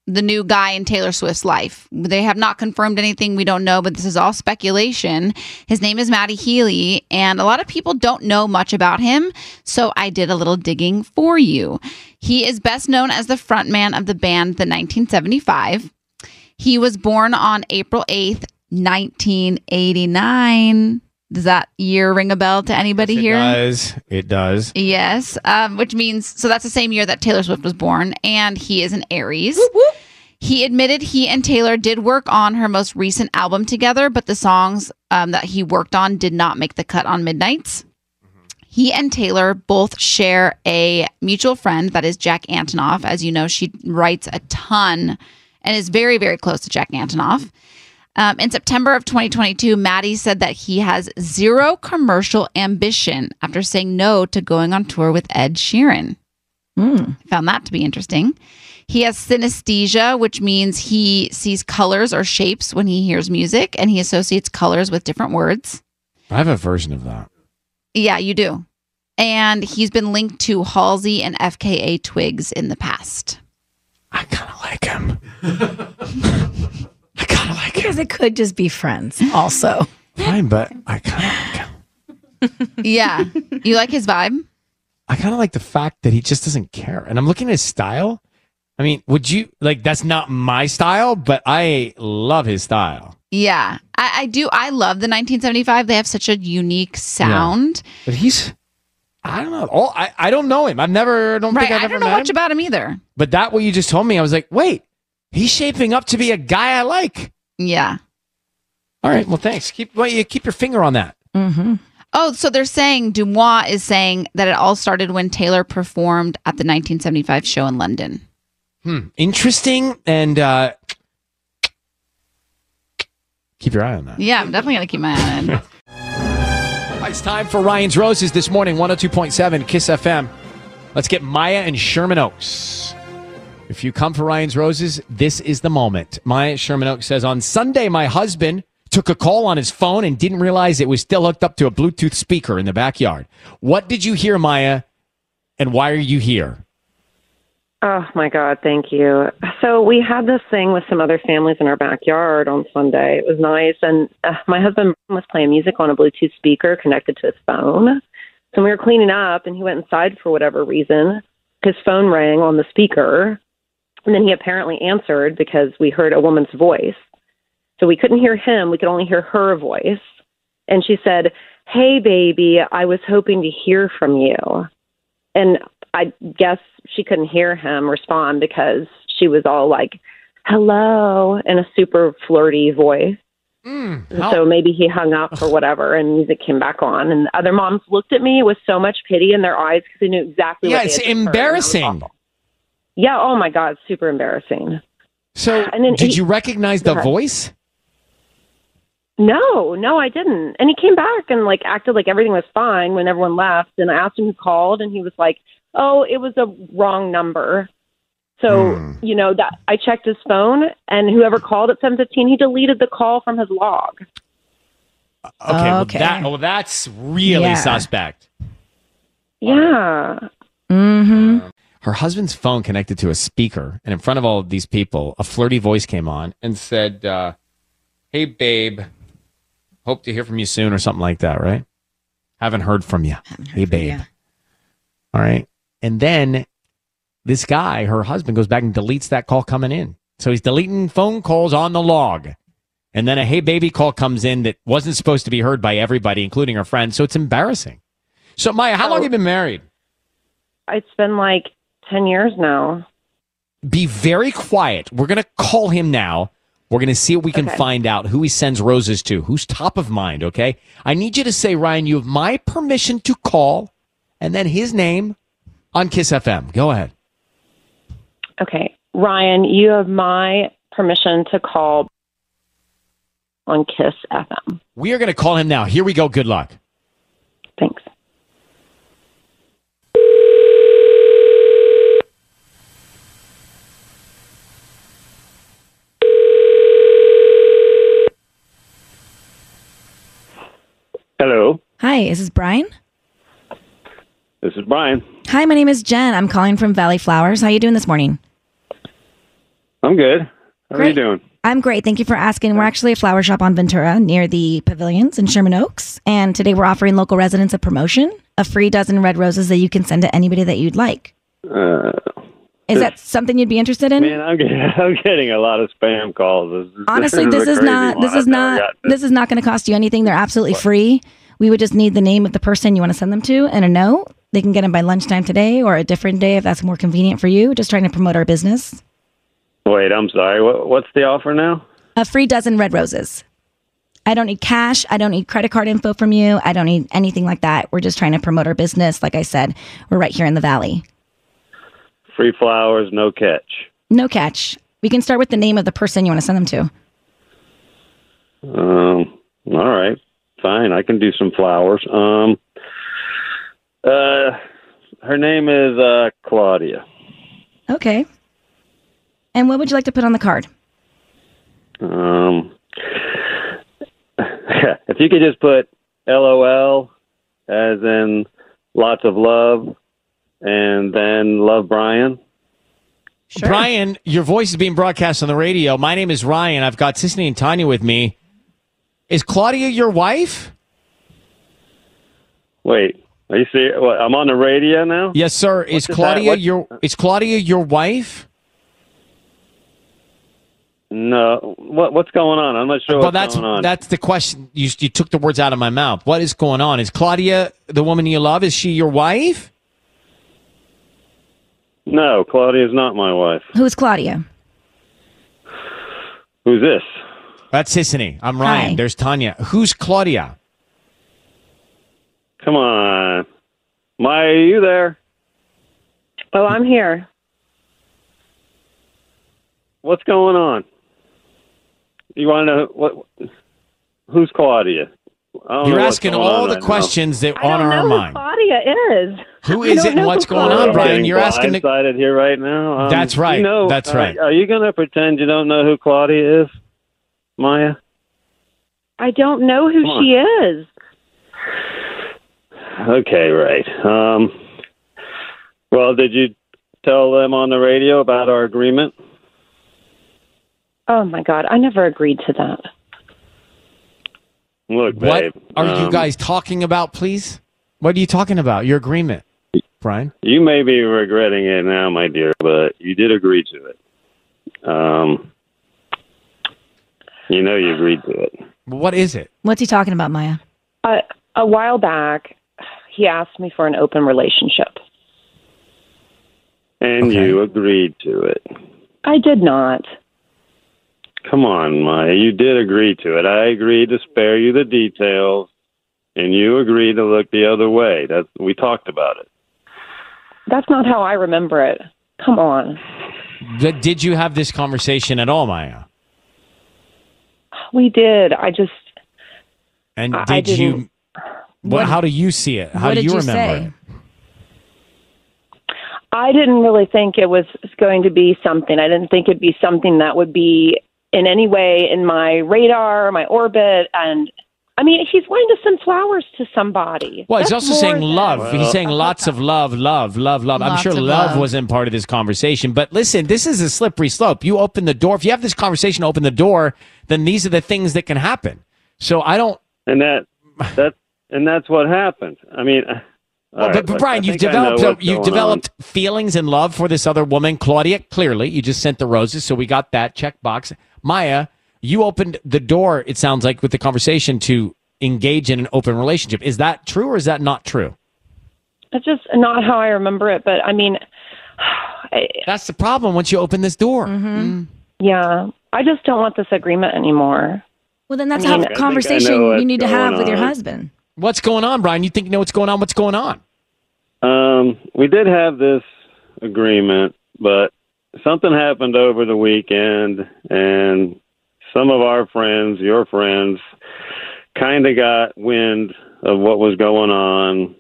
[SPEAKER 5] the new guy in Taylor Swift's life. They have not confirmed anything. We don't know, but this is all speculation. His name is Matty Healy, and a lot of people don't know much about him. So I did a little digging for you. He is best known as the frontman of the band The 1975. He was born on April 8th, 1989. Does that year ring a bell to anybody here?
[SPEAKER 3] does. It does.
[SPEAKER 5] Yes, um, which means so that's the same year that Taylor Swift was born, and he is an Aries. He admitted he and Taylor did work on her most recent album together, but the songs um, that he worked on did not make the cut on Midnight's. He and Taylor both share a mutual friend that is Jack Antonoff. As you know, she writes a ton and is very, very close to Jack Antonoff. Um, in September of 2022, Maddie said that he has zero commercial ambition after saying no to going on tour with Ed Sheeran. Found that to be interesting. He has synesthesia, which means he sees colors or shapes when he hears music and he associates colors with different words.
[SPEAKER 3] I have a version of that.
[SPEAKER 5] Yeah, you do. And he's been linked to Halsey and FKA Twigs in the past.
[SPEAKER 4] Because it could just be friends, also.
[SPEAKER 3] Fine, but I kind of
[SPEAKER 5] yeah. You like his vibe?
[SPEAKER 3] I kind of like the fact that he just doesn't care. And I'm looking at his style. I mean, would you like that's not my style, but I love his style.
[SPEAKER 5] Yeah. I, I do. I love the 1975. They have such a unique sound.
[SPEAKER 3] But he's I don't know. All I, I don't know him. I've never I don't
[SPEAKER 5] Right.
[SPEAKER 3] think I've
[SPEAKER 5] I
[SPEAKER 3] ever
[SPEAKER 5] don't know
[SPEAKER 3] met
[SPEAKER 5] much
[SPEAKER 3] him.
[SPEAKER 5] about him either.
[SPEAKER 3] But that what you just told me, I was like, wait, he's shaping up to be a guy I like.
[SPEAKER 5] Yeah.
[SPEAKER 3] All right. Well, thanks. Keep well, you keep your finger on that.
[SPEAKER 4] Mm-hmm.
[SPEAKER 5] Oh, so they're saying Dumois is saying that it all started when Taylor performed at the 1975 show in London.
[SPEAKER 3] Hmm. Interesting. And uh keep your eye on that.
[SPEAKER 5] Yeah, I'm definitely going to keep my eye on it.
[SPEAKER 3] It's time for Ryan's Roses this morning, 102.7 Kiss FM. Let's get Maya and Sherman Oaks. If you come for Ryan's Roses, this is the moment. Maya at Sherman Oaks says On Sunday, my husband took a call on his phone and didn't realize it was still hooked up to a Bluetooth speaker in the backyard. What did you hear, Maya? And why are you here?
[SPEAKER 9] Oh my God, thank you. So we had this thing with some other families in our backyard on Sunday. It was nice, and uh, my husband was playing music on a Bluetooth speaker connected to his phone. So we were cleaning up, and he went inside for whatever reason. His phone rang on the speaker, and then he apparently answered because we heard a woman's voice. So we couldn't hear him; we could only hear her voice, and she said, "Hey, baby, I was hoping to hear from you." and I guess she couldn't hear him respond because she was all like, "Hello," in a super flirty voice.
[SPEAKER 3] Hmm.
[SPEAKER 9] And So maybe he hung up or whatever, and music came back on. And the other moms looked at me with so much pity in their eyes because they knew exactly.
[SPEAKER 3] yeah,
[SPEAKER 9] what they
[SPEAKER 3] it's
[SPEAKER 9] had just heard.
[SPEAKER 3] embarrassing.
[SPEAKER 9] Yeah. Oh my God, super embarrassing.
[SPEAKER 3] So,
[SPEAKER 9] And then
[SPEAKER 3] did
[SPEAKER 9] he-
[SPEAKER 3] you recognize the
[SPEAKER 9] Go ahead.
[SPEAKER 3] voice?
[SPEAKER 9] No, no, I didn't. And he came back and like acted like everything was fine when everyone left. And I asked him who called, and he was like, "Oh, it was a wrong number." So you know that I checked his phone, and whoever called at seven fifteen, he deleted the call from his log.
[SPEAKER 3] Okay, Well, that, oh, that's really
[SPEAKER 9] Yeah.
[SPEAKER 3] suspect.
[SPEAKER 9] Yeah.
[SPEAKER 4] Mm-hmm.
[SPEAKER 3] her husband's phone connected to a speaker, and in front of all of these people, a flirty voice came on and said, uh, "Hey, babe, hope to hear from you soon," or something like that. Right? Haven't heard from you. Hey, babe. All right. And then this guy, her husband, goes back and deletes that call coming in. So he's deleting phone calls on the log. And then a hey baby call comes in that wasn't supposed to be heard by everybody, including her friends. So it's embarrassing. So Maya, how long have you been married?
[SPEAKER 9] It's been like 10 years now.
[SPEAKER 3] Be very quiet. We're gonna call him now. We're gonna see if we can
[SPEAKER 9] Okay.
[SPEAKER 3] find out who he sends roses to, who's top of mind. Okay. I need you to say, Ryan, you have my permission to call, and then his name on Kiss FM. Go ahead.
[SPEAKER 9] Okay. Ryan, you have my permission to call on Kiss FM.
[SPEAKER 3] We are going to call him now. Here we go. Good luck.
[SPEAKER 9] Thanks.
[SPEAKER 10] Hello,
[SPEAKER 4] Hi, is this Brian?
[SPEAKER 10] this is Brian.
[SPEAKER 4] Hi, my name is Jen. I'm calling from Valley Flowers. How you doing this morning?
[SPEAKER 10] I'm good. How are you
[SPEAKER 4] Great.
[SPEAKER 10] doing?
[SPEAKER 4] I'm great. Thank you for asking. We're actually a flower shop on Ventura near the pavilions in Sherman Oaks. And today we're offering local residents a promotion, a free dozen red roses that you can send to anybody that you'd like.
[SPEAKER 10] Uh,
[SPEAKER 4] Is that something you'd be interested in?
[SPEAKER 10] man, I'm getting, I'm getting a lot of spam calls. This,
[SPEAKER 4] Honestly, this is
[SPEAKER 10] a crazy
[SPEAKER 4] not
[SPEAKER 10] one.
[SPEAKER 4] this
[SPEAKER 10] I've
[SPEAKER 4] is
[SPEAKER 10] never
[SPEAKER 4] not
[SPEAKER 10] gotten this.
[SPEAKER 4] this is not going to cost you anything. They're absolutely free. We would just need the name of the person you want to send them to and a note. They can get them by lunchtime today or a different day if that's more convenient for you. Just trying to promote our business.
[SPEAKER 10] Wait, I'm sorry. What, what's the offer now?
[SPEAKER 4] A free dozen red roses. I don't need cash. I don't need credit card info from you. I don't need anything like that. We're just trying to promote our business. Like I said, we're right here in the valley.
[SPEAKER 10] Free flowers, no catch.
[SPEAKER 4] No catch. We can start with the name of the person you want to send them to.
[SPEAKER 10] Um, all right, fine. I can do some flowers. Um, uh, her name is uh, Claudia.
[SPEAKER 4] Okay. And what would you like to put on the card?
[SPEAKER 10] Um, if you could just put LOL as in lots of love and then love Brian.
[SPEAKER 3] Brian, your voice is being broadcast on the radio. My name is Ryan. I've got Sisney and Tanya with me. Is Claudia your wife?
[SPEAKER 10] Wait, are you serious? What, I'm on the radio now?
[SPEAKER 3] Yes, sir. Is
[SPEAKER 10] that?
[SPEAKER 3] Claudia
[SPEAKER 10] What-
[SPEAKER 3] your is Claudia your wife?
[SPEAKER 10] No. What, what's going on? I'm not sure
[SPEAKER 3] well,
[SPEAKER 10] what's
[SPEAKER 3] that's
[SPEAKER 10] going on.
[SPEAKER 3] that's the question. You you took the words out of my mouth. What is going on? Is Claudia the woman you love? Is she your wife?
[SPEAKER 10] no, Claudia is not my wife.
[SPEAKER 4] Who's Claudia?
[SPEAKER 10] Who's this?
[SPEAKER 3] That's Sisney. I'm Ryan.
[SPEAKER 4] Hi.
[SPEAKER 3] There's Tanya. Who's Claudia?
[SPEAKER 10] Come on. Maya, are you there?
[SPEAKER 9] Oh, I'm here.
[SPEAKER 10] What's going on? You want to know what? Who's Claudia? I don't
[SPEAKER 3] You're
[SPEAKER 10] know what's
[SPEAKER 3] asking
[SPEAKER 10] going
[SPEAKER 3] all
[SPEAKER 10] on
[SPEAKER 3] the
[SPEAKER 10] right now.
[SPEAKER 3] questions that are on
[SPEAKER 9] I
[SPEAKER 3] our
[SPEAKER 9] don't know
[SPEAKER 3] mind.
[SPEAKER 9] who Claudia is.
[SPEAKER 3] Who
[SPEAKER 9] I
[SPEAKER 3] is
[SPEAKER 9] don't
[SPEAKER 3] it and
[SPEAKER 9] know
[SPEAKER 3] what's
[SPEAKER 9] who
[SPEAKER 3] going on,
[SPEAKER 9] Claudia
[SPEAKER 3] Brian?
[SPEAKER 9] is.
[SPEAKER 3] You're asking. To,
[SPEAKER 10] blindsided here right now. Um,
[SPEAKER 3] That's right.
[SPEAKER 10] You know,
[SPEAKER 3] That's
[SPEAKER 10] uh,
[SPEAKER 3] right.
[SPEAKER 10] Are you going to pretend you don't know who Claudia is, Maya?
[SPEAKER 9] I don't know who
[SPEAKER 10] Come on.
[SPEAKER 9] she is.
[SPEAKER 10] Okay, right. Um, well, did you tell them on the radio about our agreement?
[SPEAKER 9] Oh my God, I never agreed to that.
[SPEAKER 10] Look,
[SPEAKER 3] what
[SPEAKER 10] babe.
[SPEAKER 3] are you
[SPEAKER 10] um,
[SPEAKER 3] guys talking about, please? What are you talking about? Your agreement, Brian.
[SPEAKER 10] You may be regretting it now, my dear, but you did agree to it. Um, you know you agreed to it.
[SPEAKER 3] What is it?
[SPEAKER 4] What's he talking about, Maya?
[SPEAKER 9] Uh, a while back, he asked me for an open relationship.
[SPEAKER 10] And you agreed to it.
[SPEAKER 9] I did not.
[SPEAKER 10] Come on, Maya. You did agree to it. I agreed to spare you the details, and you agreed to look the other way. That's we talked about it.
[SPEAKER 9] That's not how I remember it. Come on.
[SPEAKER 3] Th- Did you have this conversation at all, Maya?
[SPEAKER 9] We did. I just,
[SPEAKER 3] And
[SPEAKER 9] I-
[SPEAKER 3] did
[SPEAKER 9] I
[SPEAKER 3] you?
[SPEAKER 9] didn't.
[SPEAKER 3] What, how do you see it? How
[SPEAKER 9] What
[SPEAKER 3] do
[SPEAKER 9] did
[SPEAKER 3] you
[SPEAKER 9] you
[SPEAKER 3] remember
[SPEAKER 9] say?
[SPEAKER 3] it?
[SPEAKER 9] I didn't really think it was going to be something. I didn't think it'd be something that would be in any way in my radar, my orbit. And I mean, he's wanting to send flowers to somebody.
[SPEAKER 3] Well, he's
[SPEAKER 9] That's
[SPEAKER 3] also saying
[SPEAKER 9] more than-
[SPEAKER 3] love. He's
[SPEAKER 10] Well-
[SPEAKER 3] saying lots of love, love, love, love. I'm
[SPEAKER 10] Lots
[SPEAKER 3] sure
[SPEAKER 10] of
[SPEAKER 3] love,
[SPEAKER 10] love.
[SPEAKER 3] wasn't part of this conversation. But listen, this is a slippery slope. You open the door. If you have this conversation, open the door, then these are the things that can happen. So I don't.
[SPEAKER 10] And that that and that's what happened. I mean, uh, all
[SPEAKER 3] Well,
[SPEAKER 10] right,
[SPEAKER 3] but, but
[SPEAKER 10] look,
[SPEAKER 3] Brian,
[SPEAKER 10] I
[SPEAKER 3] you've
[SPEAKER 10] think I know
[SPEAKER 3] developed a,
[SPEAKER 10] what's
[SPEAKER 3] you've
[SPEAKER 10] going on.
[SPEAKER 3] developed feelings and love for this other woman, Claudia. Clearly, you just sent the roses, so we got that check box. Maya, you opened the door, it sounds like, with the conversation to engage in an open relationship. Is that true or is that not true?
[SPEAKER 9] That's just not how I remember it. But I mean, I,
[SPEAKER 3] That's the problem once you open this door. Mm.
[SPEAKER 9] yeah, I just don't want this agreement anymore.
[SPEAKER 4] Well, then that's
[SPEAKER 9] I
[SPEAKER 4] how
[SPEAKER 9] mean-
[SPEAKER 4] the conversation you need to have with your husband.
[SPEAKER 3] What's going on, Brian? You think you know what's going on? What's going on?
[SPEAKER 10] Um, we did have this agreement, but something happened over the weekend, and some of our friends, your friends, kind of got wind of what was going on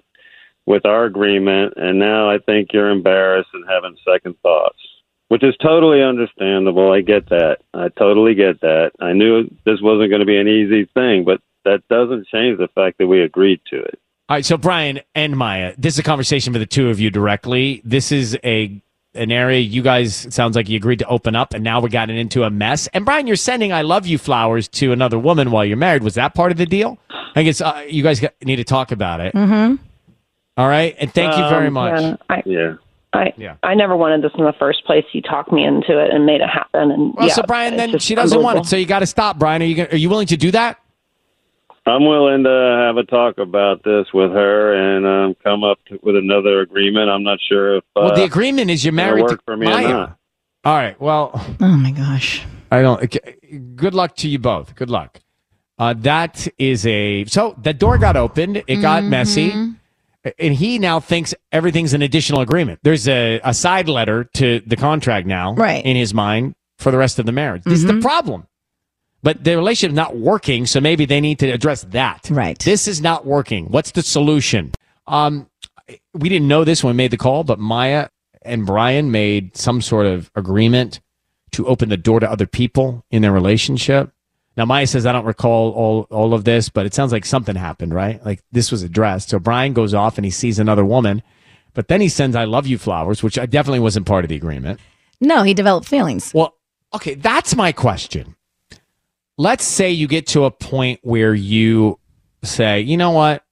[SPEAKER 10] with our agreement, and now I think you're embarrassed and having second thoughts, which is totally understandable. I get that. I totally get that. I knew this wasn't going to be an easy thing, but that doesn't change the fact that we agreed to it.
[SPEAKER 3] All right, so Brian and Maya, this is a conversation for the two of you directly. This is a an area you guys it sounds like you agreed to open up, and now we gotten into a mess. And Brian, you're sending "I love you" flowers to another woman while you're married. Was that part of the deal? I guess uh, you guys got, need to talk about it.
[SPEAKER 9] Mm-hmm.
[SPEAKER 3] All right, and thank you very much.
[SPEAKER 9] Um, Yeah, I,
[SPEAKER 10] yeah.
[SPEAKER 9] I,
[SPEAKER 3] Yeah.
[SPEAKER 9] I never wanted this in the first place. You talked me into it and made it happen. And
[SPEAKER 3] Well,
[SPEAKER 9] yeah,
[SPEAKER 3] so Brian,
[SPEAKER 9] it's
[SPEAKER 3] then
[SPEAKER 9] just
[SPEAKER 3] she doesn't want
[SPEAKER 9] unbelievable.
[SPEAKER 3] it, so you got to stop. Brian, are you gonna, are you willing to do that?
[SPEAKER 10] I'm willing to have a talk about this with her and um, come up with another agreement. I'm not sure if uh,
[SPEAKER 3] well, the agreement is you're
[SPEAKER 10] it'll
[SPEAKER 3] married
[SPEAKER 10] work
[SPEAKER 3] to
[SPEAKER 10] for me
[SPEAKER 3] Maya.
[SPEAKER 10] or not.
[SPEAKER 3] All right. Well,
[SPEAKER 4] Oh my gosh.
[SPEAKER 3] I don't. okay, Good luck to you both. Good luck. Uh, that is a so the door got opened. It
[SPEAKER 4] Mm-hmm.
[SPEAKER 3] got messy, and he now thinks everything's an additional agreement. There's a, a side letter to the contract now,
[SPEAKER 4] Right. Mm-hmm.
[SPEAKER 3] in his mind for the rest of the marriage. This is the problem. But the relationship's not working, so maybe they need to address that. Right. This is not working. What's the solution? Um, we didn't know this when we made the call, but Maya and Brian made some sort of agreement to open the door to other people in their relationship. Now Maya says I don't recall all all of this, but it sounds like something happened, right? Like this was addressed. So Brian goes off and he sees another woman, but then he sends "I love you" flowers, which I definitely wasn't part of the agreement.
[SPEAKER 4] No, he developed feelings.
[SPEAKER 3] Well, okay, that's my question. Let's say you get to a point where you say, you know what?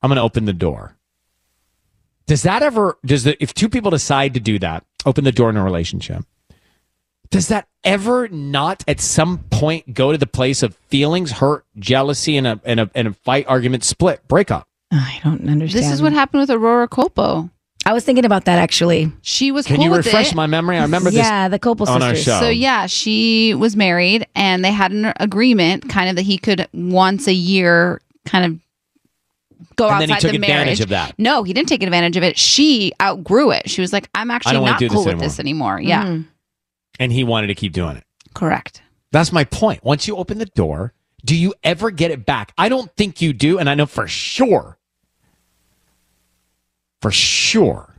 [SPEAKER 3] I'm going to open the door. Does that ever, does the, if two people decide to do that, open the door in a relationship, does that ever not at some point go to the place of feelings, hurt, jealousy, and a, and a, and a fight, argument, split, breakup?
[SPEAKER 4] I don't understand.
[SPEAKER 5] This is what happened with Aurora Copo.
[SPEAKER 4] I was thinking about that actually.
[SPEAKER 5] She was
[SPEAKER 3] Can
[SPEAKER 5] cool
[SPEAKER 3] you
[SPEAKER 5] with
[SPEAKER 3] refresh
[SPEAKER 5] it.
[SPEAKER 3] my memory? I remember this
[SPEAKER 4] Yeah, the Copel
[SPEAKER 3] on our
[SPEAKER 4] sisters.
[SPEAKER 3] show.
[SPEAKER 5] So yeah, she was married and they had an agreement kind of that he could once a year kind of go
[SPEAKER 3] And
[SPEAKER 5] outside
[SPEAKER 3] then he took
[SPEAKER 5] the
[SPEAKER 3] advantage
[SPEAKER 5] marriage.
[SPEAKER 3] of that.
[SPEAKER 5] No, he didn't take advantage of it. She outgrew it. She was like, I'm actually
[SPEAKER 3] wanna
[SPEAKER 5] not
[SPEAKER 3] do this
[SPEAKER 5] cool with this anymore. Yeah.
[SPEAKER 4] Mm-hmm.
[SPEAKER 3] and he wanted to keep doing it.
[SPEAKER 5] Correct.
[SPEAKER 3] That's my point. Once you open the door, do you ever get it back? I don't think you do, and I know for sure. For sure.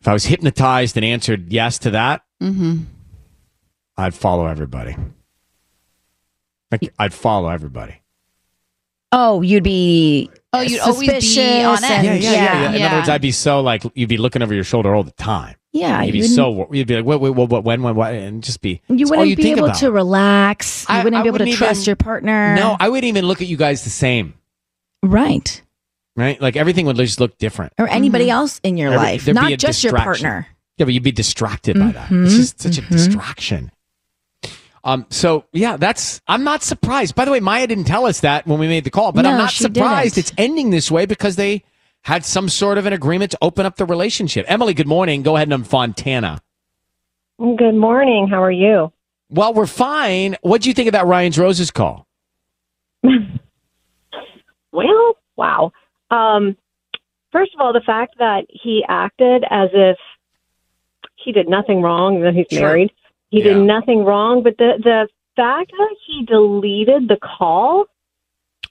[SPEAKER 3] If I was hypnotized and answered yes to that,
[SPEAKER 5] Mm-hmm.
[SPEAKER 3] I'd follow everybody. Like, I'd follow everybody.
[SPEAKER 4] Oh, you'd be.
[SPEAKER 5] Oh, you'd always be
[SPEAKER 4] suspicious
[SPEAKER 5] on edge.
[SPEAKER 4] and-
[SPEAKER 5] Yeah, yeah,
[SPEAKER 3] In other words, I'd be so like you'd be looking over your shoulder all the time.
[SPEAKER 4] Yeah,
[SPEAKER 3] you'd be
[SPEAKER 4] you
[SPEAKER 3] so you'd be like, wait, wait, what, what, when, when, what, and just be.
[SPEAKER 4] You
[SPEAKER 3] it's all
[SPEAKER 4] wouldn't
[SPEAKER 3] you
[SPEAKER 4] be
[SPEAKER 3] think
[SPEAKER 4] able
[SPEAKER 3] about.
[SPEAKER 4] to relax. You
[SPEAKER 3] I-
[SPEAKER 4] wouldn't
[SPEAKER 3] I
[SPEAKER 4] be able to
[SPEAKER 3] wouldn't
[SPEAKER 4] trust
[SPEAKER 3] even-
[SPEAKER 4] your partner.
[SPEAKER 3] No, I wouldn't even look at you guys the same.
[SPEAKER 4] right.
[SPEAKER 3] Right? Like everything would just look different.
[SPEAKER 4] Or anybody else in your
[SPEAKER 3] Mm-hmm. Every-
[SPEAKER 4] life,
[SPEAKER 3] there'd be a
[SPEAKER 4] not just your
[SPEAKER 3] distraction.
[SPEAKER 4] partner.
[SPEAKER 3] Yeah, but you'd be distracted by that. It's
[SPEAKER 4] Mhm,
[SPEAKER 3] just such a distraction. Um. So yeah, that's. I'm not surprised. By the way, Maya didn't tell us that when we made the call, but I'm
[SPEAKER 4] No,
[SPEAKER 3] not
[SPEAKER 4] she
[SPEAKER 3] surprised
[SPEAKER 4] didn't.
[SPEAKER 3] it's ending this way because they had some sort of an agreement to open up the relationship. Emily, good morning. Go ahead and I'm Fontana.
[SPEAKER 11] Good morning. How are you?
[SPEAKER 3] Well, we're fine. What do you think of that Ryan's Roses call?
[SPEAKER 11] Well, wow. Um, first of all, the fact that he acted as if he did nothing wrong, that he's
[SPEAKER 12] Sure.
[SPEAKER 11] married, he did
[SPEAKER 12] Yeah.
[SPEAKER 11] nothing wrong, but the the fact that he deleted the call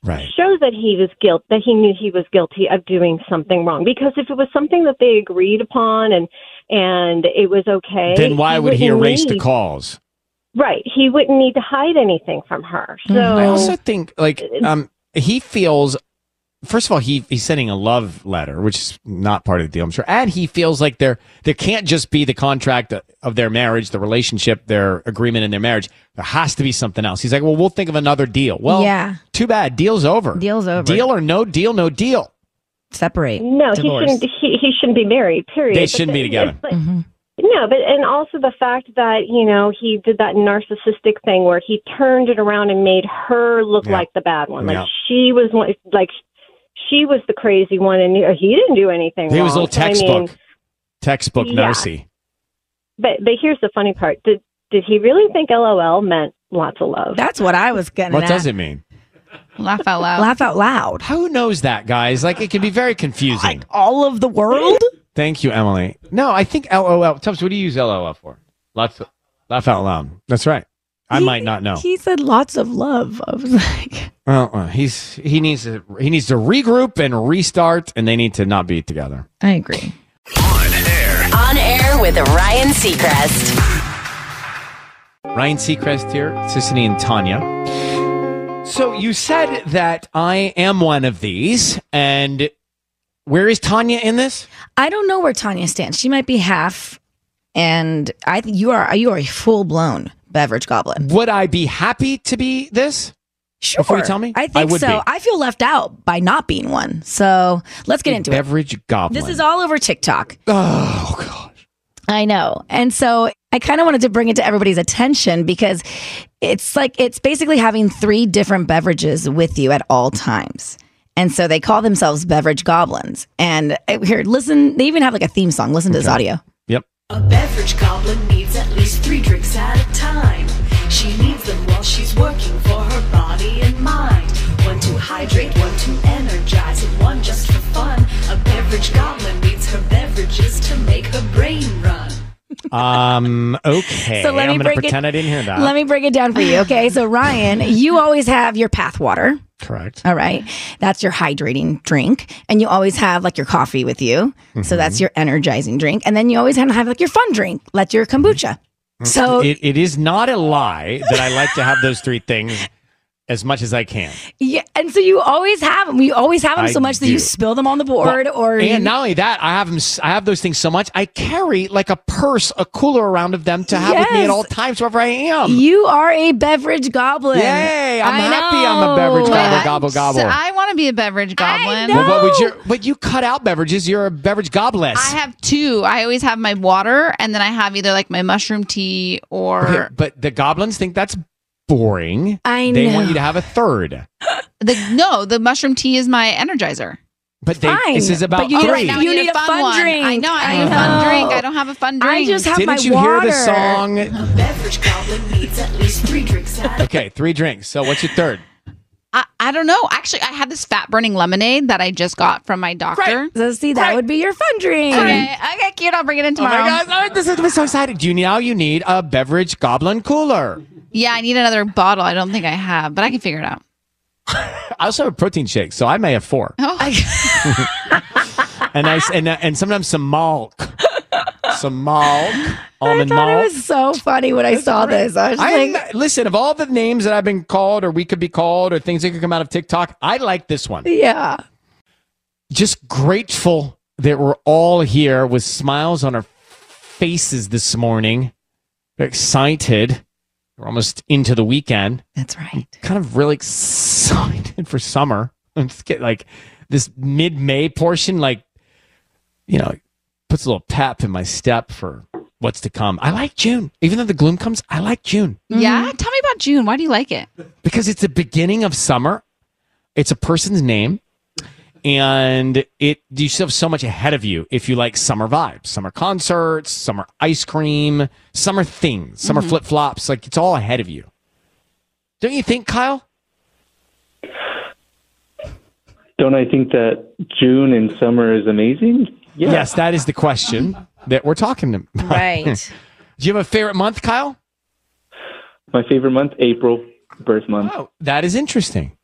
[SPEAKER 3] right.
[SPEAKER 11] shows that he was guilt that he knew he was guilty of doing something wrong. Because if it was something that they agreed upon and and it was okay,
[SPEAKER 3] then why would he
[SPEAKER 11] wouldn't
[SPEAKER 3] erase the
[SPEAKER 11] need-
[SPEAKER 3] calls?
[SPEAKER 11] Right, he wouldn't need to hide anything from her. So
[SPEAKER 3] Hmm. I also think like um he feels first of all he he's sending a love letter which is not part of the deal I'm sure and he feels like there there can't just be the contract of their marriage the relationship their agreement in their marriage there has to be something else he's like well we'll think of another deal well
[SPEAKER 4] Yeah.
[SPEAKER 3] too bad deal's over
[SPEAKER 4] Deal's over.
[SPEAKER 3] deal or no deal no deal
[SPEAKER 4] Separate.
[SPEAKER 11] No,
[SPEAKER 3] Divorce.
[SPEAKER 11] he shouldn't. He, he shouldn't be married. Period.
[SPEAKER 3] They
[SPEAKER 11] But
[SPEAKER 3] shouldn't be
[SPEAKER 11] the-
[SPEAKER 3] together.
[SPEAKER 4] Mm-hmm.
[SPEAKER 11] it's like- No, Yeah, but and also the fact that you know he did that narcissistic thing where he turned it around and made her look
[SPEAKER 12] Yeah.
[SPEAKER 11] like the bad one, like
[SPEAKER 12] Yeah.
[SPEAKER 11] she was one, like she was the crazy one, and he didn't do anything.
[SPEAKER 3] He was a
[SPEAKER 11] wrong.
[SPEAKER 3] little
[SPEAKER 11] I mean,
[SPEAKER 3] textbook. textbook
[SPEAKER 11] Yeah.
[SPEAKER 3] Narcy.
[SPEAKER 11] but but here's the funny part: did did he really think LOL meant lots of love?
[SPEAKER 4] That's what I was getting.
[SPEAKER 3] What does it mean?
[SPEAKER 5] Laugh out loud.
[SPEAKER 4] Laugh out loud.
[SPEAKER 3] Who knows that, guys? Like, it can be very confusing.
[SPEAKER 4] All of the world.
[SPEAKER 3] Thank you, Emily. No, I think LOL. Tubbs, what do you use LOL for? Lots of, laugh out loud. That's right. I might not know.
[SPEAKER 4] He said lots of love. I was like,
[SPEAKER 3] Well, uh, he's he needs to he needs to regroup and restart, and they need to not be together.
[SPEAKER 4] I agree.
[SPEAKER 2] On air with Ryan Seacrest.
[SPEAKER 3] Ryan Seacrest here, Sissany and Tanya. So you said that I am one of these, and where is Tanya in this?
[SPEAKER 4] I don't know where Tanya stands. She might be half, and I think you are. You are a full blown beverage goblin.
[SPEAKER 3] Would I be happy to be this?
[SPEAKER 4] Sure.
[SPEAKER 3] Before you tell me?
[SPEAKER 4] I
[SPEAKER 3] I
[SPEAKER 4] think
[SPEAKER 3] would
[SPEAKER 4] so.
[SPEAKER 3] be.
[SPEAKER 4] I feel left out by not being one. So let's get
[SPEAKER 3] A
[SPEAKER 4] into
[SPEAKER 3] beverage
[SPEAKER 4] it.
[SPEAKER 3] goblin.
[SPEAKER 4] This is all over TikTok.
[SPEAKER 3] Oh
[SPEAKER 4] gosh. I know. And so I kind of wanted to bring it to everybody's attention because it's like it's basically having three different beverages with you at all times. And so they call themselves beverage goblins. And uh, here, listen, they even have like a theme song. Listen to this audio.
[SPEAKER 3] Yep.
[SPEAKER 13] A beverage goblin needs at least three drinks at a time. She needs them while she's working for her body and mind. One to hydrate, one to energize, and one just for fun. A beverage goblin needs her beverages to make her brain run.
[SPEAKER 3] Um. Okay.
[SPEAKER 4] So let me
[SPEAKER 3] I'm gonna
[SPEAKER 4] break it-
[SPEAKER 3] pretend I didn't hear that.
[SPEAKER 4] Let me break it down for you. Okay. So, Ryan, you always have your path water.
[SPEAKER 3] Correct.
[SPEAKER 4] All right. That's your hydrating drink. And you always have like your coffee with you. So,
[SPEAKER 3] Mm-hmm.
[SPEAKER 4] that's your energizing drink. And then you always have to have like your fun drink, like your kombucha.
[SPEAKER 3] Mm-hmm.
[SPEAKER 4] So,
[SPEAKER 3] Hmm. it, it is not a lie that I like to have those three things as much as I can.
[SPEAKER 4] yeah. And so you always have them. You always have them
[SPEAKER 3] I
[SPEAKER 4] so much that
[SPEAKER 3] do.
[SPEAKER 4] you spill them on the board
[SPEAKER 3] Well,
[SPEAKER 4] or.
[SPEAKER 3] and not only that, I have 'em s- I have those things so much. I carry like a purse, a cooler around of them to have with me
[SPEAKER 4] Yes.
[SPEAKER 3] at all times, wherever I am.
[SPEAKER 4] you are a beverage goblin.
[SPEAKER 3] Yay! I'm
[SPEAKER 4] I
[SPEAKER 3] happy. I'm a beverage
[SPEAKER 4] know.
[SPEAKER 3] goblin. Gobble gobble.
[SPEAKER 5] So I want to be a beverage goblin.
[SPEAKER 3] Well, what would you? But you cut out beverages. You're a beverage gobless.
[SPEAKER 5] I have two. I always have my water, and then I have either like my mushroom tea or
[SPEAKER 3] Okay, but the goblins think that's boring.
[SPEAKER 5] I
[SPEAKER 3] They
[SPEAKER 5] know.
[SPEAKER 3] want you to have a third.
[SPEAKER 5] the no. The mushroom tea is my energizer.
[SPEAKER 3] But they, this is about
[SPEAKER 5] Oh,
[SPEAKER 3] three.
[SPEAKER 5] right now I
[SPEAKER 4] You need a fun
[SPEAKER 5] one.
[SPEAKER 4] drink.
[SPEAKER 5] I know. I need a
[SPEAKER 4] I
[SPEAKER 5] fun
[SPEAKER 4] know.
[SPEAKER 5] drink. I don't have a fun drink.
[SPEAKER 4] I just have
[SPEAKER 3] Didn't
[SPEAKER 4] my
[SPEAKER 3] you
[SPEAKER 4] water.
[SPEAKER 3] hear the song?
[SPEAKER 13] A beverage goblin needs at least three drinks at a
[SPEAKER 3] Okay, three drinks. So what's your third?
[SPEAKER 5] I, I don't know. Actually, I had this fat burning lemonade that I just got from my doctor.
[SPEAKER 4] So see, that would be your fun drink.
[SPEAKER 5] Okay, okay, cute. I'll bring it in
[SPEAKER 3] Oh my
[SPEAKER 5] tomorrow.
[SPEAKER 3] gosh! oh, this is I'm so excited. You now you need a beverage goblin cooler.
[SPEAKER 5] Yeah, I need another bottle. I don't think I have, but I can figure it out.
[SPEAKER 3] I also have a protein shake, so I may have four.
[SPEAKER 5] Oh,
[SPEAKER 3] And I s- and uh, and sometimes some malt, some malt, almond
[SPEAKER 4] I thought
[SPEAKER 3] malt.
[SPEAKER 4] it was so funny when I saw this. I was just
[SPEAKER 3] I am-
[SPEAKER 4] like,
[SPEAKER 3] listen, of all the names that I've been called, or we could be called, or things that could come out of TikTok, I like this one.
[SPEAKER 4] yeah.
[SPEAKER 3] Just grateful that we're all here with smiles on our faces this morning. We're excited. We're almost into the weekend.
[SPEAKER 4] That's right.
[SPEAKER 3] kind of really excited for summer. I'm just getting like this mid-May portion, like you know, puts a little pep in my step for what's to come. I like June, even though the gloom comes. I like June
[SPEAKER 4] Mm. Mm-hmm.
[SPEAKER 5] yeah. Tell me about June. Why do you like it?
[SPEAKER 3] because it's the beginning of summer. It's a person's name, and it you still have so much ahead of you if you like summer vibes, summer concerts, summer ice cream, summer things, summer
[SPEAKER 14] Mm-hmm.
[SPEAKER 6] Mhm.
[SPEAKER 3] flip flops. Like it's all ahead of you. Don't you think, Kyle?
[SPEAKER 14] Don't I think that June and summer is amazing? Yeah.
[SPEAKER 3] Yes, that is the question that we're talking about.
[SPEAKER 14] Right.
[SPEAKER 3] Do you have a favorite month, Kyle?
[SPEAKER 14] My favorite month, April, birth month.
[SPEAKER 3] Oh, That is interesting.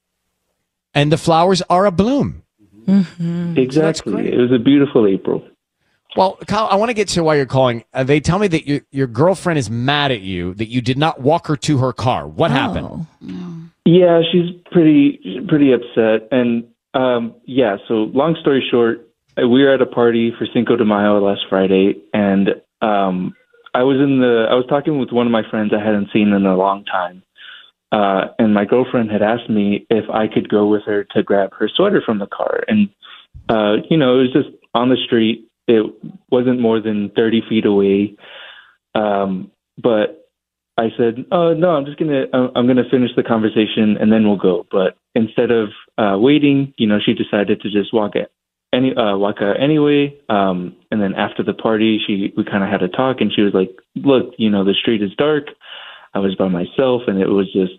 [SPEAKER 3] And the flowers are a bloom.
[SPEAKER 14] exactly. It was a beautiful April.
[SPEAKER 3] Well, Kyle, I want to get to why you're calling. Uh, they tell me that your your girlfriend is mad at you that you did not walk her to her car. What happened?
[SPEAKER 14] Yeah, she's pretty she's pretty upset, and um, yeah. So long story short, we were at a party for Cinco de Mayo last Friday, and um, I was in the I was talking with one of my friends I hadn't seen in a long time, uh, and my girlfriend had asked me if I could go with her to grab her sweater from the car, and uh, you know it was just on the street. It wasn't more than thirty feet away, Um, but I said, "Oh no, I'm just gonna I'm I'm gonna finish the conversation and then we'll go." But instead of uh, waiting, you know, she decided to just walk it any uh, walk out anyway. Um, and then after the party, she we kind of had a talk, and she was like, "Look, you know, the street is dark. I was by myself, and it was just,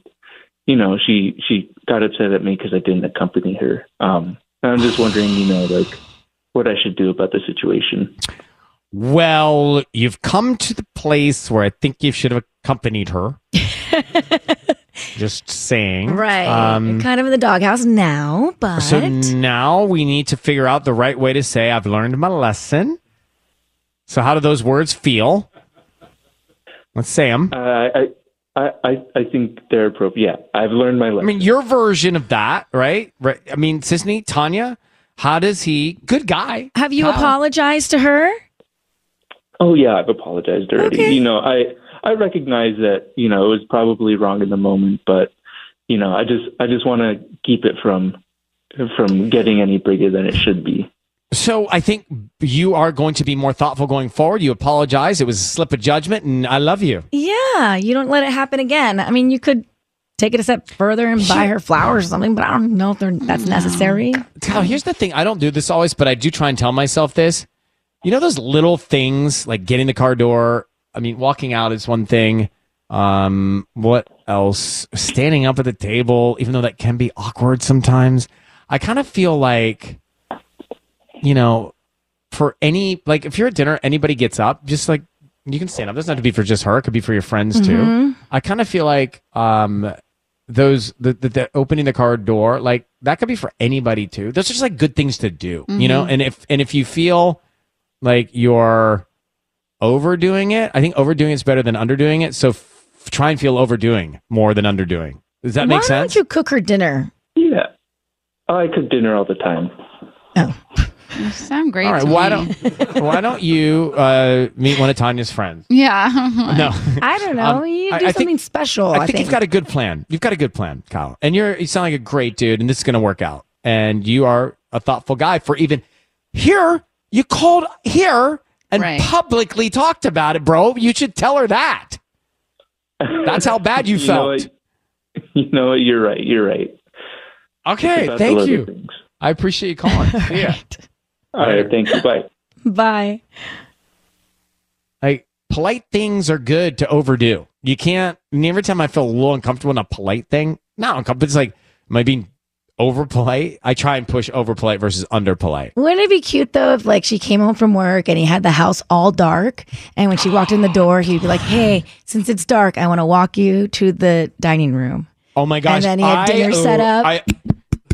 [SPEAKER 14] you know, she she got upset at me because I didn't accompany her. Um, and I'm just wondering, you know, like what I should do about the situation."
[SPEAKER 3] Well, you've come to the place where I think you should have accompanied her. Just saying.
[SPEAKER 4] Right.
[SPEAKER 3] Um,
[SPEAKER 4] You're kind of in the doghouse now, but
[SPEAKER 3] so now we need to figure out the right way to say, I've learned my lesson. So, how do those words feel? Let's say them.
[SPEAKER 14] Uh, I, I I I think they're appropriate. Yeah, I've learned my lesson.
[SPEAKER 3] I mean, your version of that, right? Right. I mean, Sisney, Tanya, how does he? Good guy.
[SPEAKER 4] have you
[SPEAKER 3] How-
[SPEAKER 4] apologized to her?
[SPEAKER 14] Oh yeah, I've apologized already. You know, I I recognize that you know it was probably wrong in the moment, but you know, I just I just want to keep it from from getting any bigger than it should be.
[SPEAKER 3] So I think you are going to be more thoughtful going forward. You apologize. It was a slip of judgment, and I love you.
[SPEAKER 4] Yeah, you don't let it happen again. I mean, you could take it a step further and buy her flowers or something, but I don't know if they're, that's necessary.
[SPEAKER 3] Now, here's the thing. I don't do this always, but I do try and tell myself this. You know those little things like getting the car door. I mean, walking out is one thing. Um, what else? Standing up at the table, even though that can be awkward sometimes. I kind of feel like, you know, for any like if you're at dinner, anybody gets up, just like you can stand up. Doesn't have to be for just her. It could be for your friends too.
[SPEAKER 4] Mhm.
[SPEAKER 3] I kind of feel like um those the, the the opening the car door like that could be for anybody too. Those are just like good things to do, you know.
[SPEAKER 12] Mhm.
[SPEAKER 3] And if and if you feel like you're overdoing it, I think overdoing it's better than underdoing it. So f- try and feel overdoing more than underdoing. Does that make
[SPEAKER 4] Why
[SPEAKER 3] sense?
[SPEAKER 4] don't you cook her dinner?
[SPEAKER 14] Yeah, Oh, I cook dinner all the time.
[SPEAKER 5] You sound great.
[SPEAKER 3] All right.
[SPEAKER 5] to
[SPEAKER 3] Why
[SPEAKER 5] me.
[SPEAKER 3] don't why don't you uh, meet one of Tanya's friends?
[SPEAKER 5] Yeah.
[SPEAKER 3] No.
[SPEAKER 4] I don't know.
[SPEAKER 3] Um,
[SPEAKER 4] you do
[SPEAKER 3] I- I think-
[SPEAKER 4] something special.
[SPEAKER 3] I think you've got a good plan. You've got a good plan, Kyle. And you're you sound like a great dude, and this is gonna work out. And you are a thoughtful guy for even here. You called here and publicly talked about it, bro. You should tell her that. That's how bad you,
[SPEAKER 14] You know
[SPEAKER 3] felt.
[SPEAKER 14] You know, what? you're right. You're right. It's
[SPEAKER 3] okay,
[SPEAKER 14] about the
[SPEAKER 3] thank
[SPEAKER 14] little
[SPEAKER 3] you.
[SPEAKER 14] things.
[SPEAKER 3] I appreciate you calling. yeah.
[SPEAKER 14] All right, thank you. Bye.
[SPEAKER 4] Bye.
[SPEAKER 3] Like polite things are good to overdo. You can't. I mean, every time I feel a little uncomfortable in a polite thing, not uncomfortable. It's like am I being over polite? I try and push over polite versus under polite.
[SPEAKER 4] Wouldn't it be cute though if like she came home from work and he had the house all dark and when she walked in the door he'd be like, "Hey, since it's dark, I want to walk you to the dining room."
[SPEAKER 3] Oh my
[SPEAKER 4] And
[SPEAKER 3] gosh!
[SPEAKER 4] then he had
[SPEAKER 3] I-
[SPEAKER 4] dinner set up.
[SPEAKER 3] I-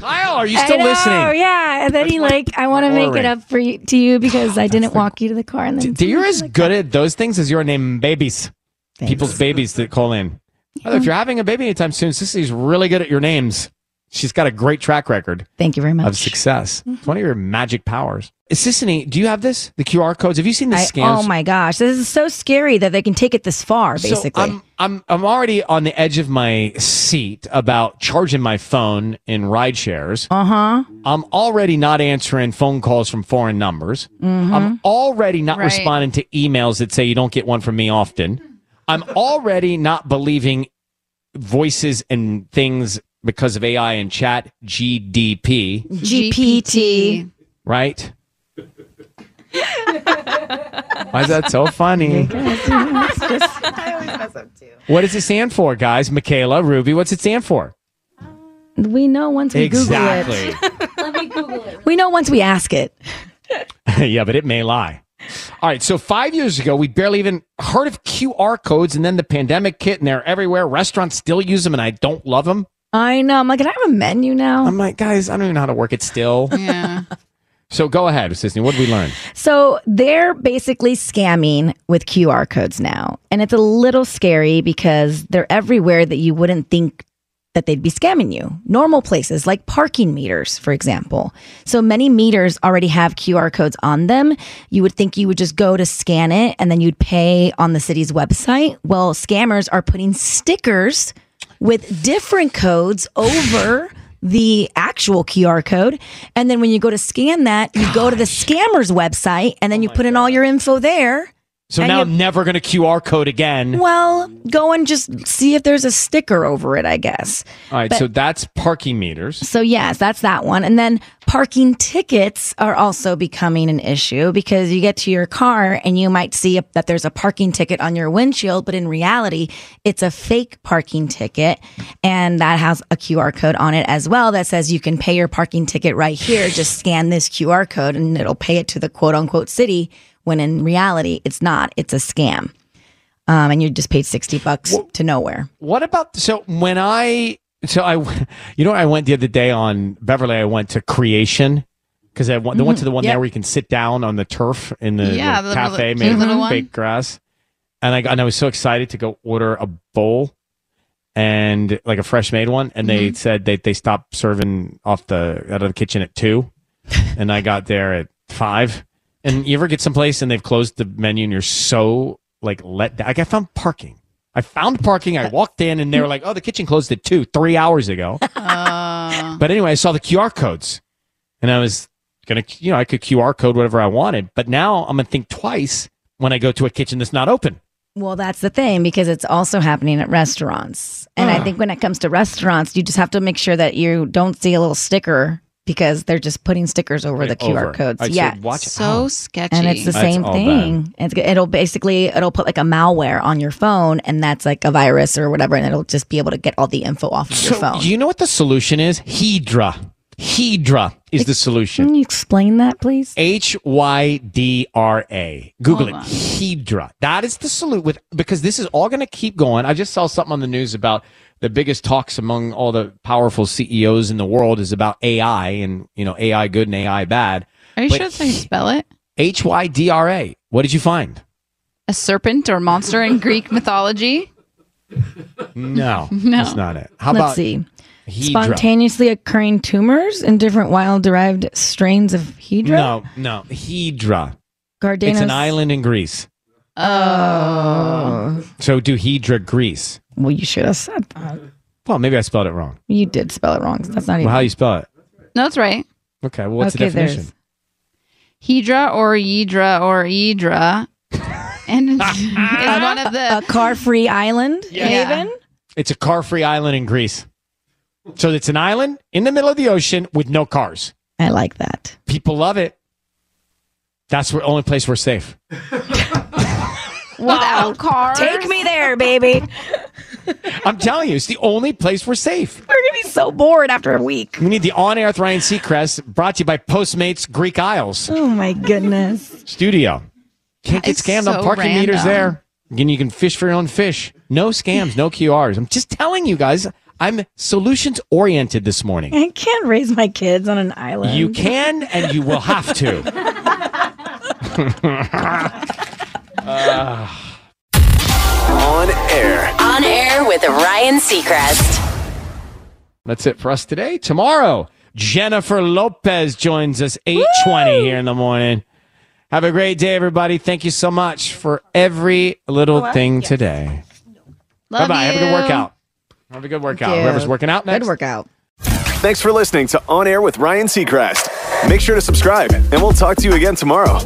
[SPEAKER 3] Kyle, are you
[SPEAKER 4] I
[SPEAKER 3] still
[SPEAKER 4] know,
[SPEAKER 3] listening?
[SPEAKER 4] Yeah, and then he like, "I want to
[SPEAKER 3] my aura
[SPEAKER 4] make it
[SPEAKER 3] ring.
[SPEAKER 4] up for you to you because I didn't walk you to the car." And then
[SPEAKER 3] D- You're as good at those things as you are naming babies, people's babies that call in. By the way, If you're having a baby anytime soon, Sissy's really good at your names. She's got a great track record.
[SPEAKER 4] Thank you very much Mm-hmm.
[SPEAKER 3] of success. It's one of your magic powers. Sissany, do you have this? The QR codes? Have you seen the
[SPEAKER 4] I-
[SPEAKER 3] scams?
[SPEAKER 4] oh my gosh, this is so scary that they can take it this far. Basically,
[SPEAKER 3] So um, I'm, I'm, I'm already on the edge of my seat about charging my phone in ride shares.
[SPEAKER 4] Uh huh.
[SPEAKER 3] I'm already not answering phone calls from foreign numbers.
[SPEAKER 4] Mhm.
[SPEAKER 3] I'm already not
[SPEAKER 4] Right.
[SPEAKER 3] responding to emails that say you don't get one from me often. I'm already not believing voices and things because of AI and chat GDP,
[SPEAKER 4] GPT.
[SPEAKER 3] right? Why is that so funny? What does it stand for, guys? Michaela, Ruby, what's it stand for?
[SPEAKER 4] we know once we
[SPEAKER 3] Exactly.
[SPEAKER 4] Google it. We know once we ask it.
[SPEAKER 3] yeah, but it may lie. All right. So five years ago, we barely even heard of QR codes, and then the pandemic hit, and they're everywhere. Restaurants still use them, and I don't love them.
[SPEAKER 4] I know. I'm like, can I have a menu now?
[SPEAKER 3] I'm like, guys, I don't even know how to work it still.
[SPEAKER 4] Yeah.
[SPEAKER 3] So go ahead, Sisney. What did we learn?
[SPEAKER 4] So they're basically scamming with QR codes now. And it's a little scary because they're everywhere that you wouldn't think that they'd be scamming you. Normal places like parking meters, for example. So many meters already have QR codes on them. You would think you would just go to scan it and then you'd pay on the city's website. Well, scammers are putting stickers with different codes over the actual QR code. And then when you go to scan that, you go to the scammer's website and then you put in all your info there.
[SPEAKER 3] Oh So
[SPEAKER 4] And
[SPEAKER 3] now
[SPEAKER 4] you-
[SPEAKER 3] I'm never going to QR code again.
[SPEAKER 4] Well, go and just see if there's a sticker over it, I guess.
[SPEAKER 3] All right,
[SPEAKER 4] But-
[SPEAKER 3] so that's parking meters.
[SPEAKER 4] So, yes, that's that one. And then parking tickets are also becoming an issue because you get to your car and you might see that there's a parking ticket on your windshield, but in reality, it's a fake parking ticket. And that has a QR code on it as well that says you can pay your parking ticket right here. Just scan this QR code and it'll pay it to the quote unquote city when in reality, it's not. It's a scam. Um, and you just paid 60 bucks to nowhere.
[SPEAKER 3] What about so when I so I you know I went the other day on Beverly I went to Creation because I went, they went to the one
[SPEAKER 5] Mhm.
[SPEAKER 3] there
[SPEAKER 5] Yep.
[SPEAKER 3] where you can sit down on the turf in the
[SPEAKER 5] Yeah,
[SPEAKER 3] little
[SPEAKER 5] the little-
[SPEAKER 3] cafe
[SPEAKER 5] the
[SPEAKER 3] made
[SPEAKER 5] little
[SPEAKER 3] of
[SPEAKER 5] one.
[SPEAKER 3] fake grass and I got- and I was so excited to go order a bowl and like a fresh made one and they
[SPEAKER 5] Mhm.
[SPEAKER 3] said they they stopped serving off the out of the kitchen at two and I got there at five and you ever get someplace and they've closed the menu and you're so like let down like I found parking. I found parking. I walked in and they were like, oh, the kitchen closed at two, three hours ago. but anyway, I saw the QR codes and I was going to, you know, I could QR code whatever I wanted. But now I'm going to think twice when I go to a kitchen that's not open.
[SPEAKER 4] Well, that's the thing because it's also happening at restaurants. And
[SPEAKER 5] Hmm.
[SPEAKER 4] I think when it comes to restaurants, you just have to make sure that you don't see a little sticker because they're just putting stickers over the QR
[SPEAKER 5] over.
[SPEAKER 4] codes.
[SPEAKER 5] I said,
[SPEAKER 4] yeah.
[SPEAKER 5] watch So out. sketchy.
[SPEAKER 4] And it's the
[SPEAKER 5] That's
[SPEAKER 4] same
[SPEAKER 5] all
[SPEAKER 4] thing. It's, it'll basically it'll put like a malware on your phone and that's like a virus or whatever and it'll just be able to get all the info off of your phone.
[SPEAKER 3] You know what the solution is? Hedra. Hedra is the
[SPEAKER 4] Can
[SPEAKER 3] solution.
[SPEAKER 4] you explain that please?
[SPEAKER 3] H Y D R A. Google it. Hedra. That is the salute with because this is all going to keep going. I just saw something on the news about the biggest talks among all the powerful CEOs in the world is about AI and you know AI good and AI bad.
[SPEAKER 5] Are you
[SPEAKER 3] But
[SPEAKER 5] sure that's how you spell it?
[SPEAKER 3] H Y D R A. What did you find?
[SPEAKER 5] A serpent or monster in Greek mythology?
[SPEAKER 3] No,
[SPEAKER 5] No.
[SPEAKER 3] that's not it. How
[SPEAKER 4] Let's
[SPEAKER 3] about
[SPEAKER 4] see.
[SPEAKER 3] Hedra?
[SPEAKER 4] Spontaneously occurring tumors and different wild derived strains of Hedra?
[SPEAKER 3] No, no, Hedra.
[SPEAKER 4] Gardanos.
[SPEAKER 3] It's an island in Greece.
[SPEAKER 4] Oh.
[SPEAKER 3] So do Hedra, Greece.
[SPEAKER 4] Well, you should have said that.
[SPEAKER 3] Well, maybe I spelled it wrong.
[SPEAKER 4] You did spell it wrong. so That's not
[SPEAKER 3] Well,
[SPEAKER 4] even.
[SPEAKER 3] how you spell it?
[SPEAKER 5] No, that's right.
[SPEAKER 3] Okay. Well, what's
[SPEAKER 5] Okay,
[SPEAKER 3] the definition?
[SPEAKER 5] there's- Hedra or Yidra or Idra. and is one of the
[SPEAKER 4] a car-free island haven.
[SPEAKER 3] It's a car-free island in Greece. So it's an island in the middle of the ocean with no cars.
[SPEAKER 4] I like that.
[SPEAKER 3] People love it. That's the only place we're safe.
[SPEAKER 5] without cars.
[SPEAKER 4] Take me there, baby. We're
[SPEAKER 3] I'm telling you, it's the only place we're safe.
[SPEAKER 4] gonna be so bored after a week.
[SPEAKER 3] We need the On Air with Ryan Seacrest brought to you by Postmates Greek Isles
[SPEAKER 4] Oh my goodness.
[SPEAKER 3] Studio. Can't get
[SPEAKER 4] That is
[SPEAKER 3] scammed on
[SPEAKER 4] so
[SPEAKER 3] parking meters
[SPEAKER 4] random.
[SPEAKER 3] there. Again, you can fish for your own fish. No scams, no QRs. I'm just telling you guys, I'm solutions oriented this morning.
[SPEAKER 4] I can't raise my kids on an island.
[SPEAKER 3] You can and you will have to. Ah.
[SPEAKER 6] On air.
[SPEAKER 2] On air with Ryan Seacrest.
[SPEAKER 3] That's it for us today. Tomorrow, Jennifer Lopez joins us 8:20 here in the morning. Have a great day everybody. Thank you so much for every little
[SPEAKER 4] Hello?
[SPEAKER 3] thing today.
[SPEAKER 4] Love
[SPEAKER 3] Bye-bye. Have a good
[SPEAKER 4] you.
[SPEAKER 3] workout. Have a good workout. Whoever's working out next.
[SPEAKER 4] Good workout.
[SPEAKER 6] Thanks for listening to On Air with Ryan Seacrest. Make sure to subscribe, and we'll talk to you again tomorrow.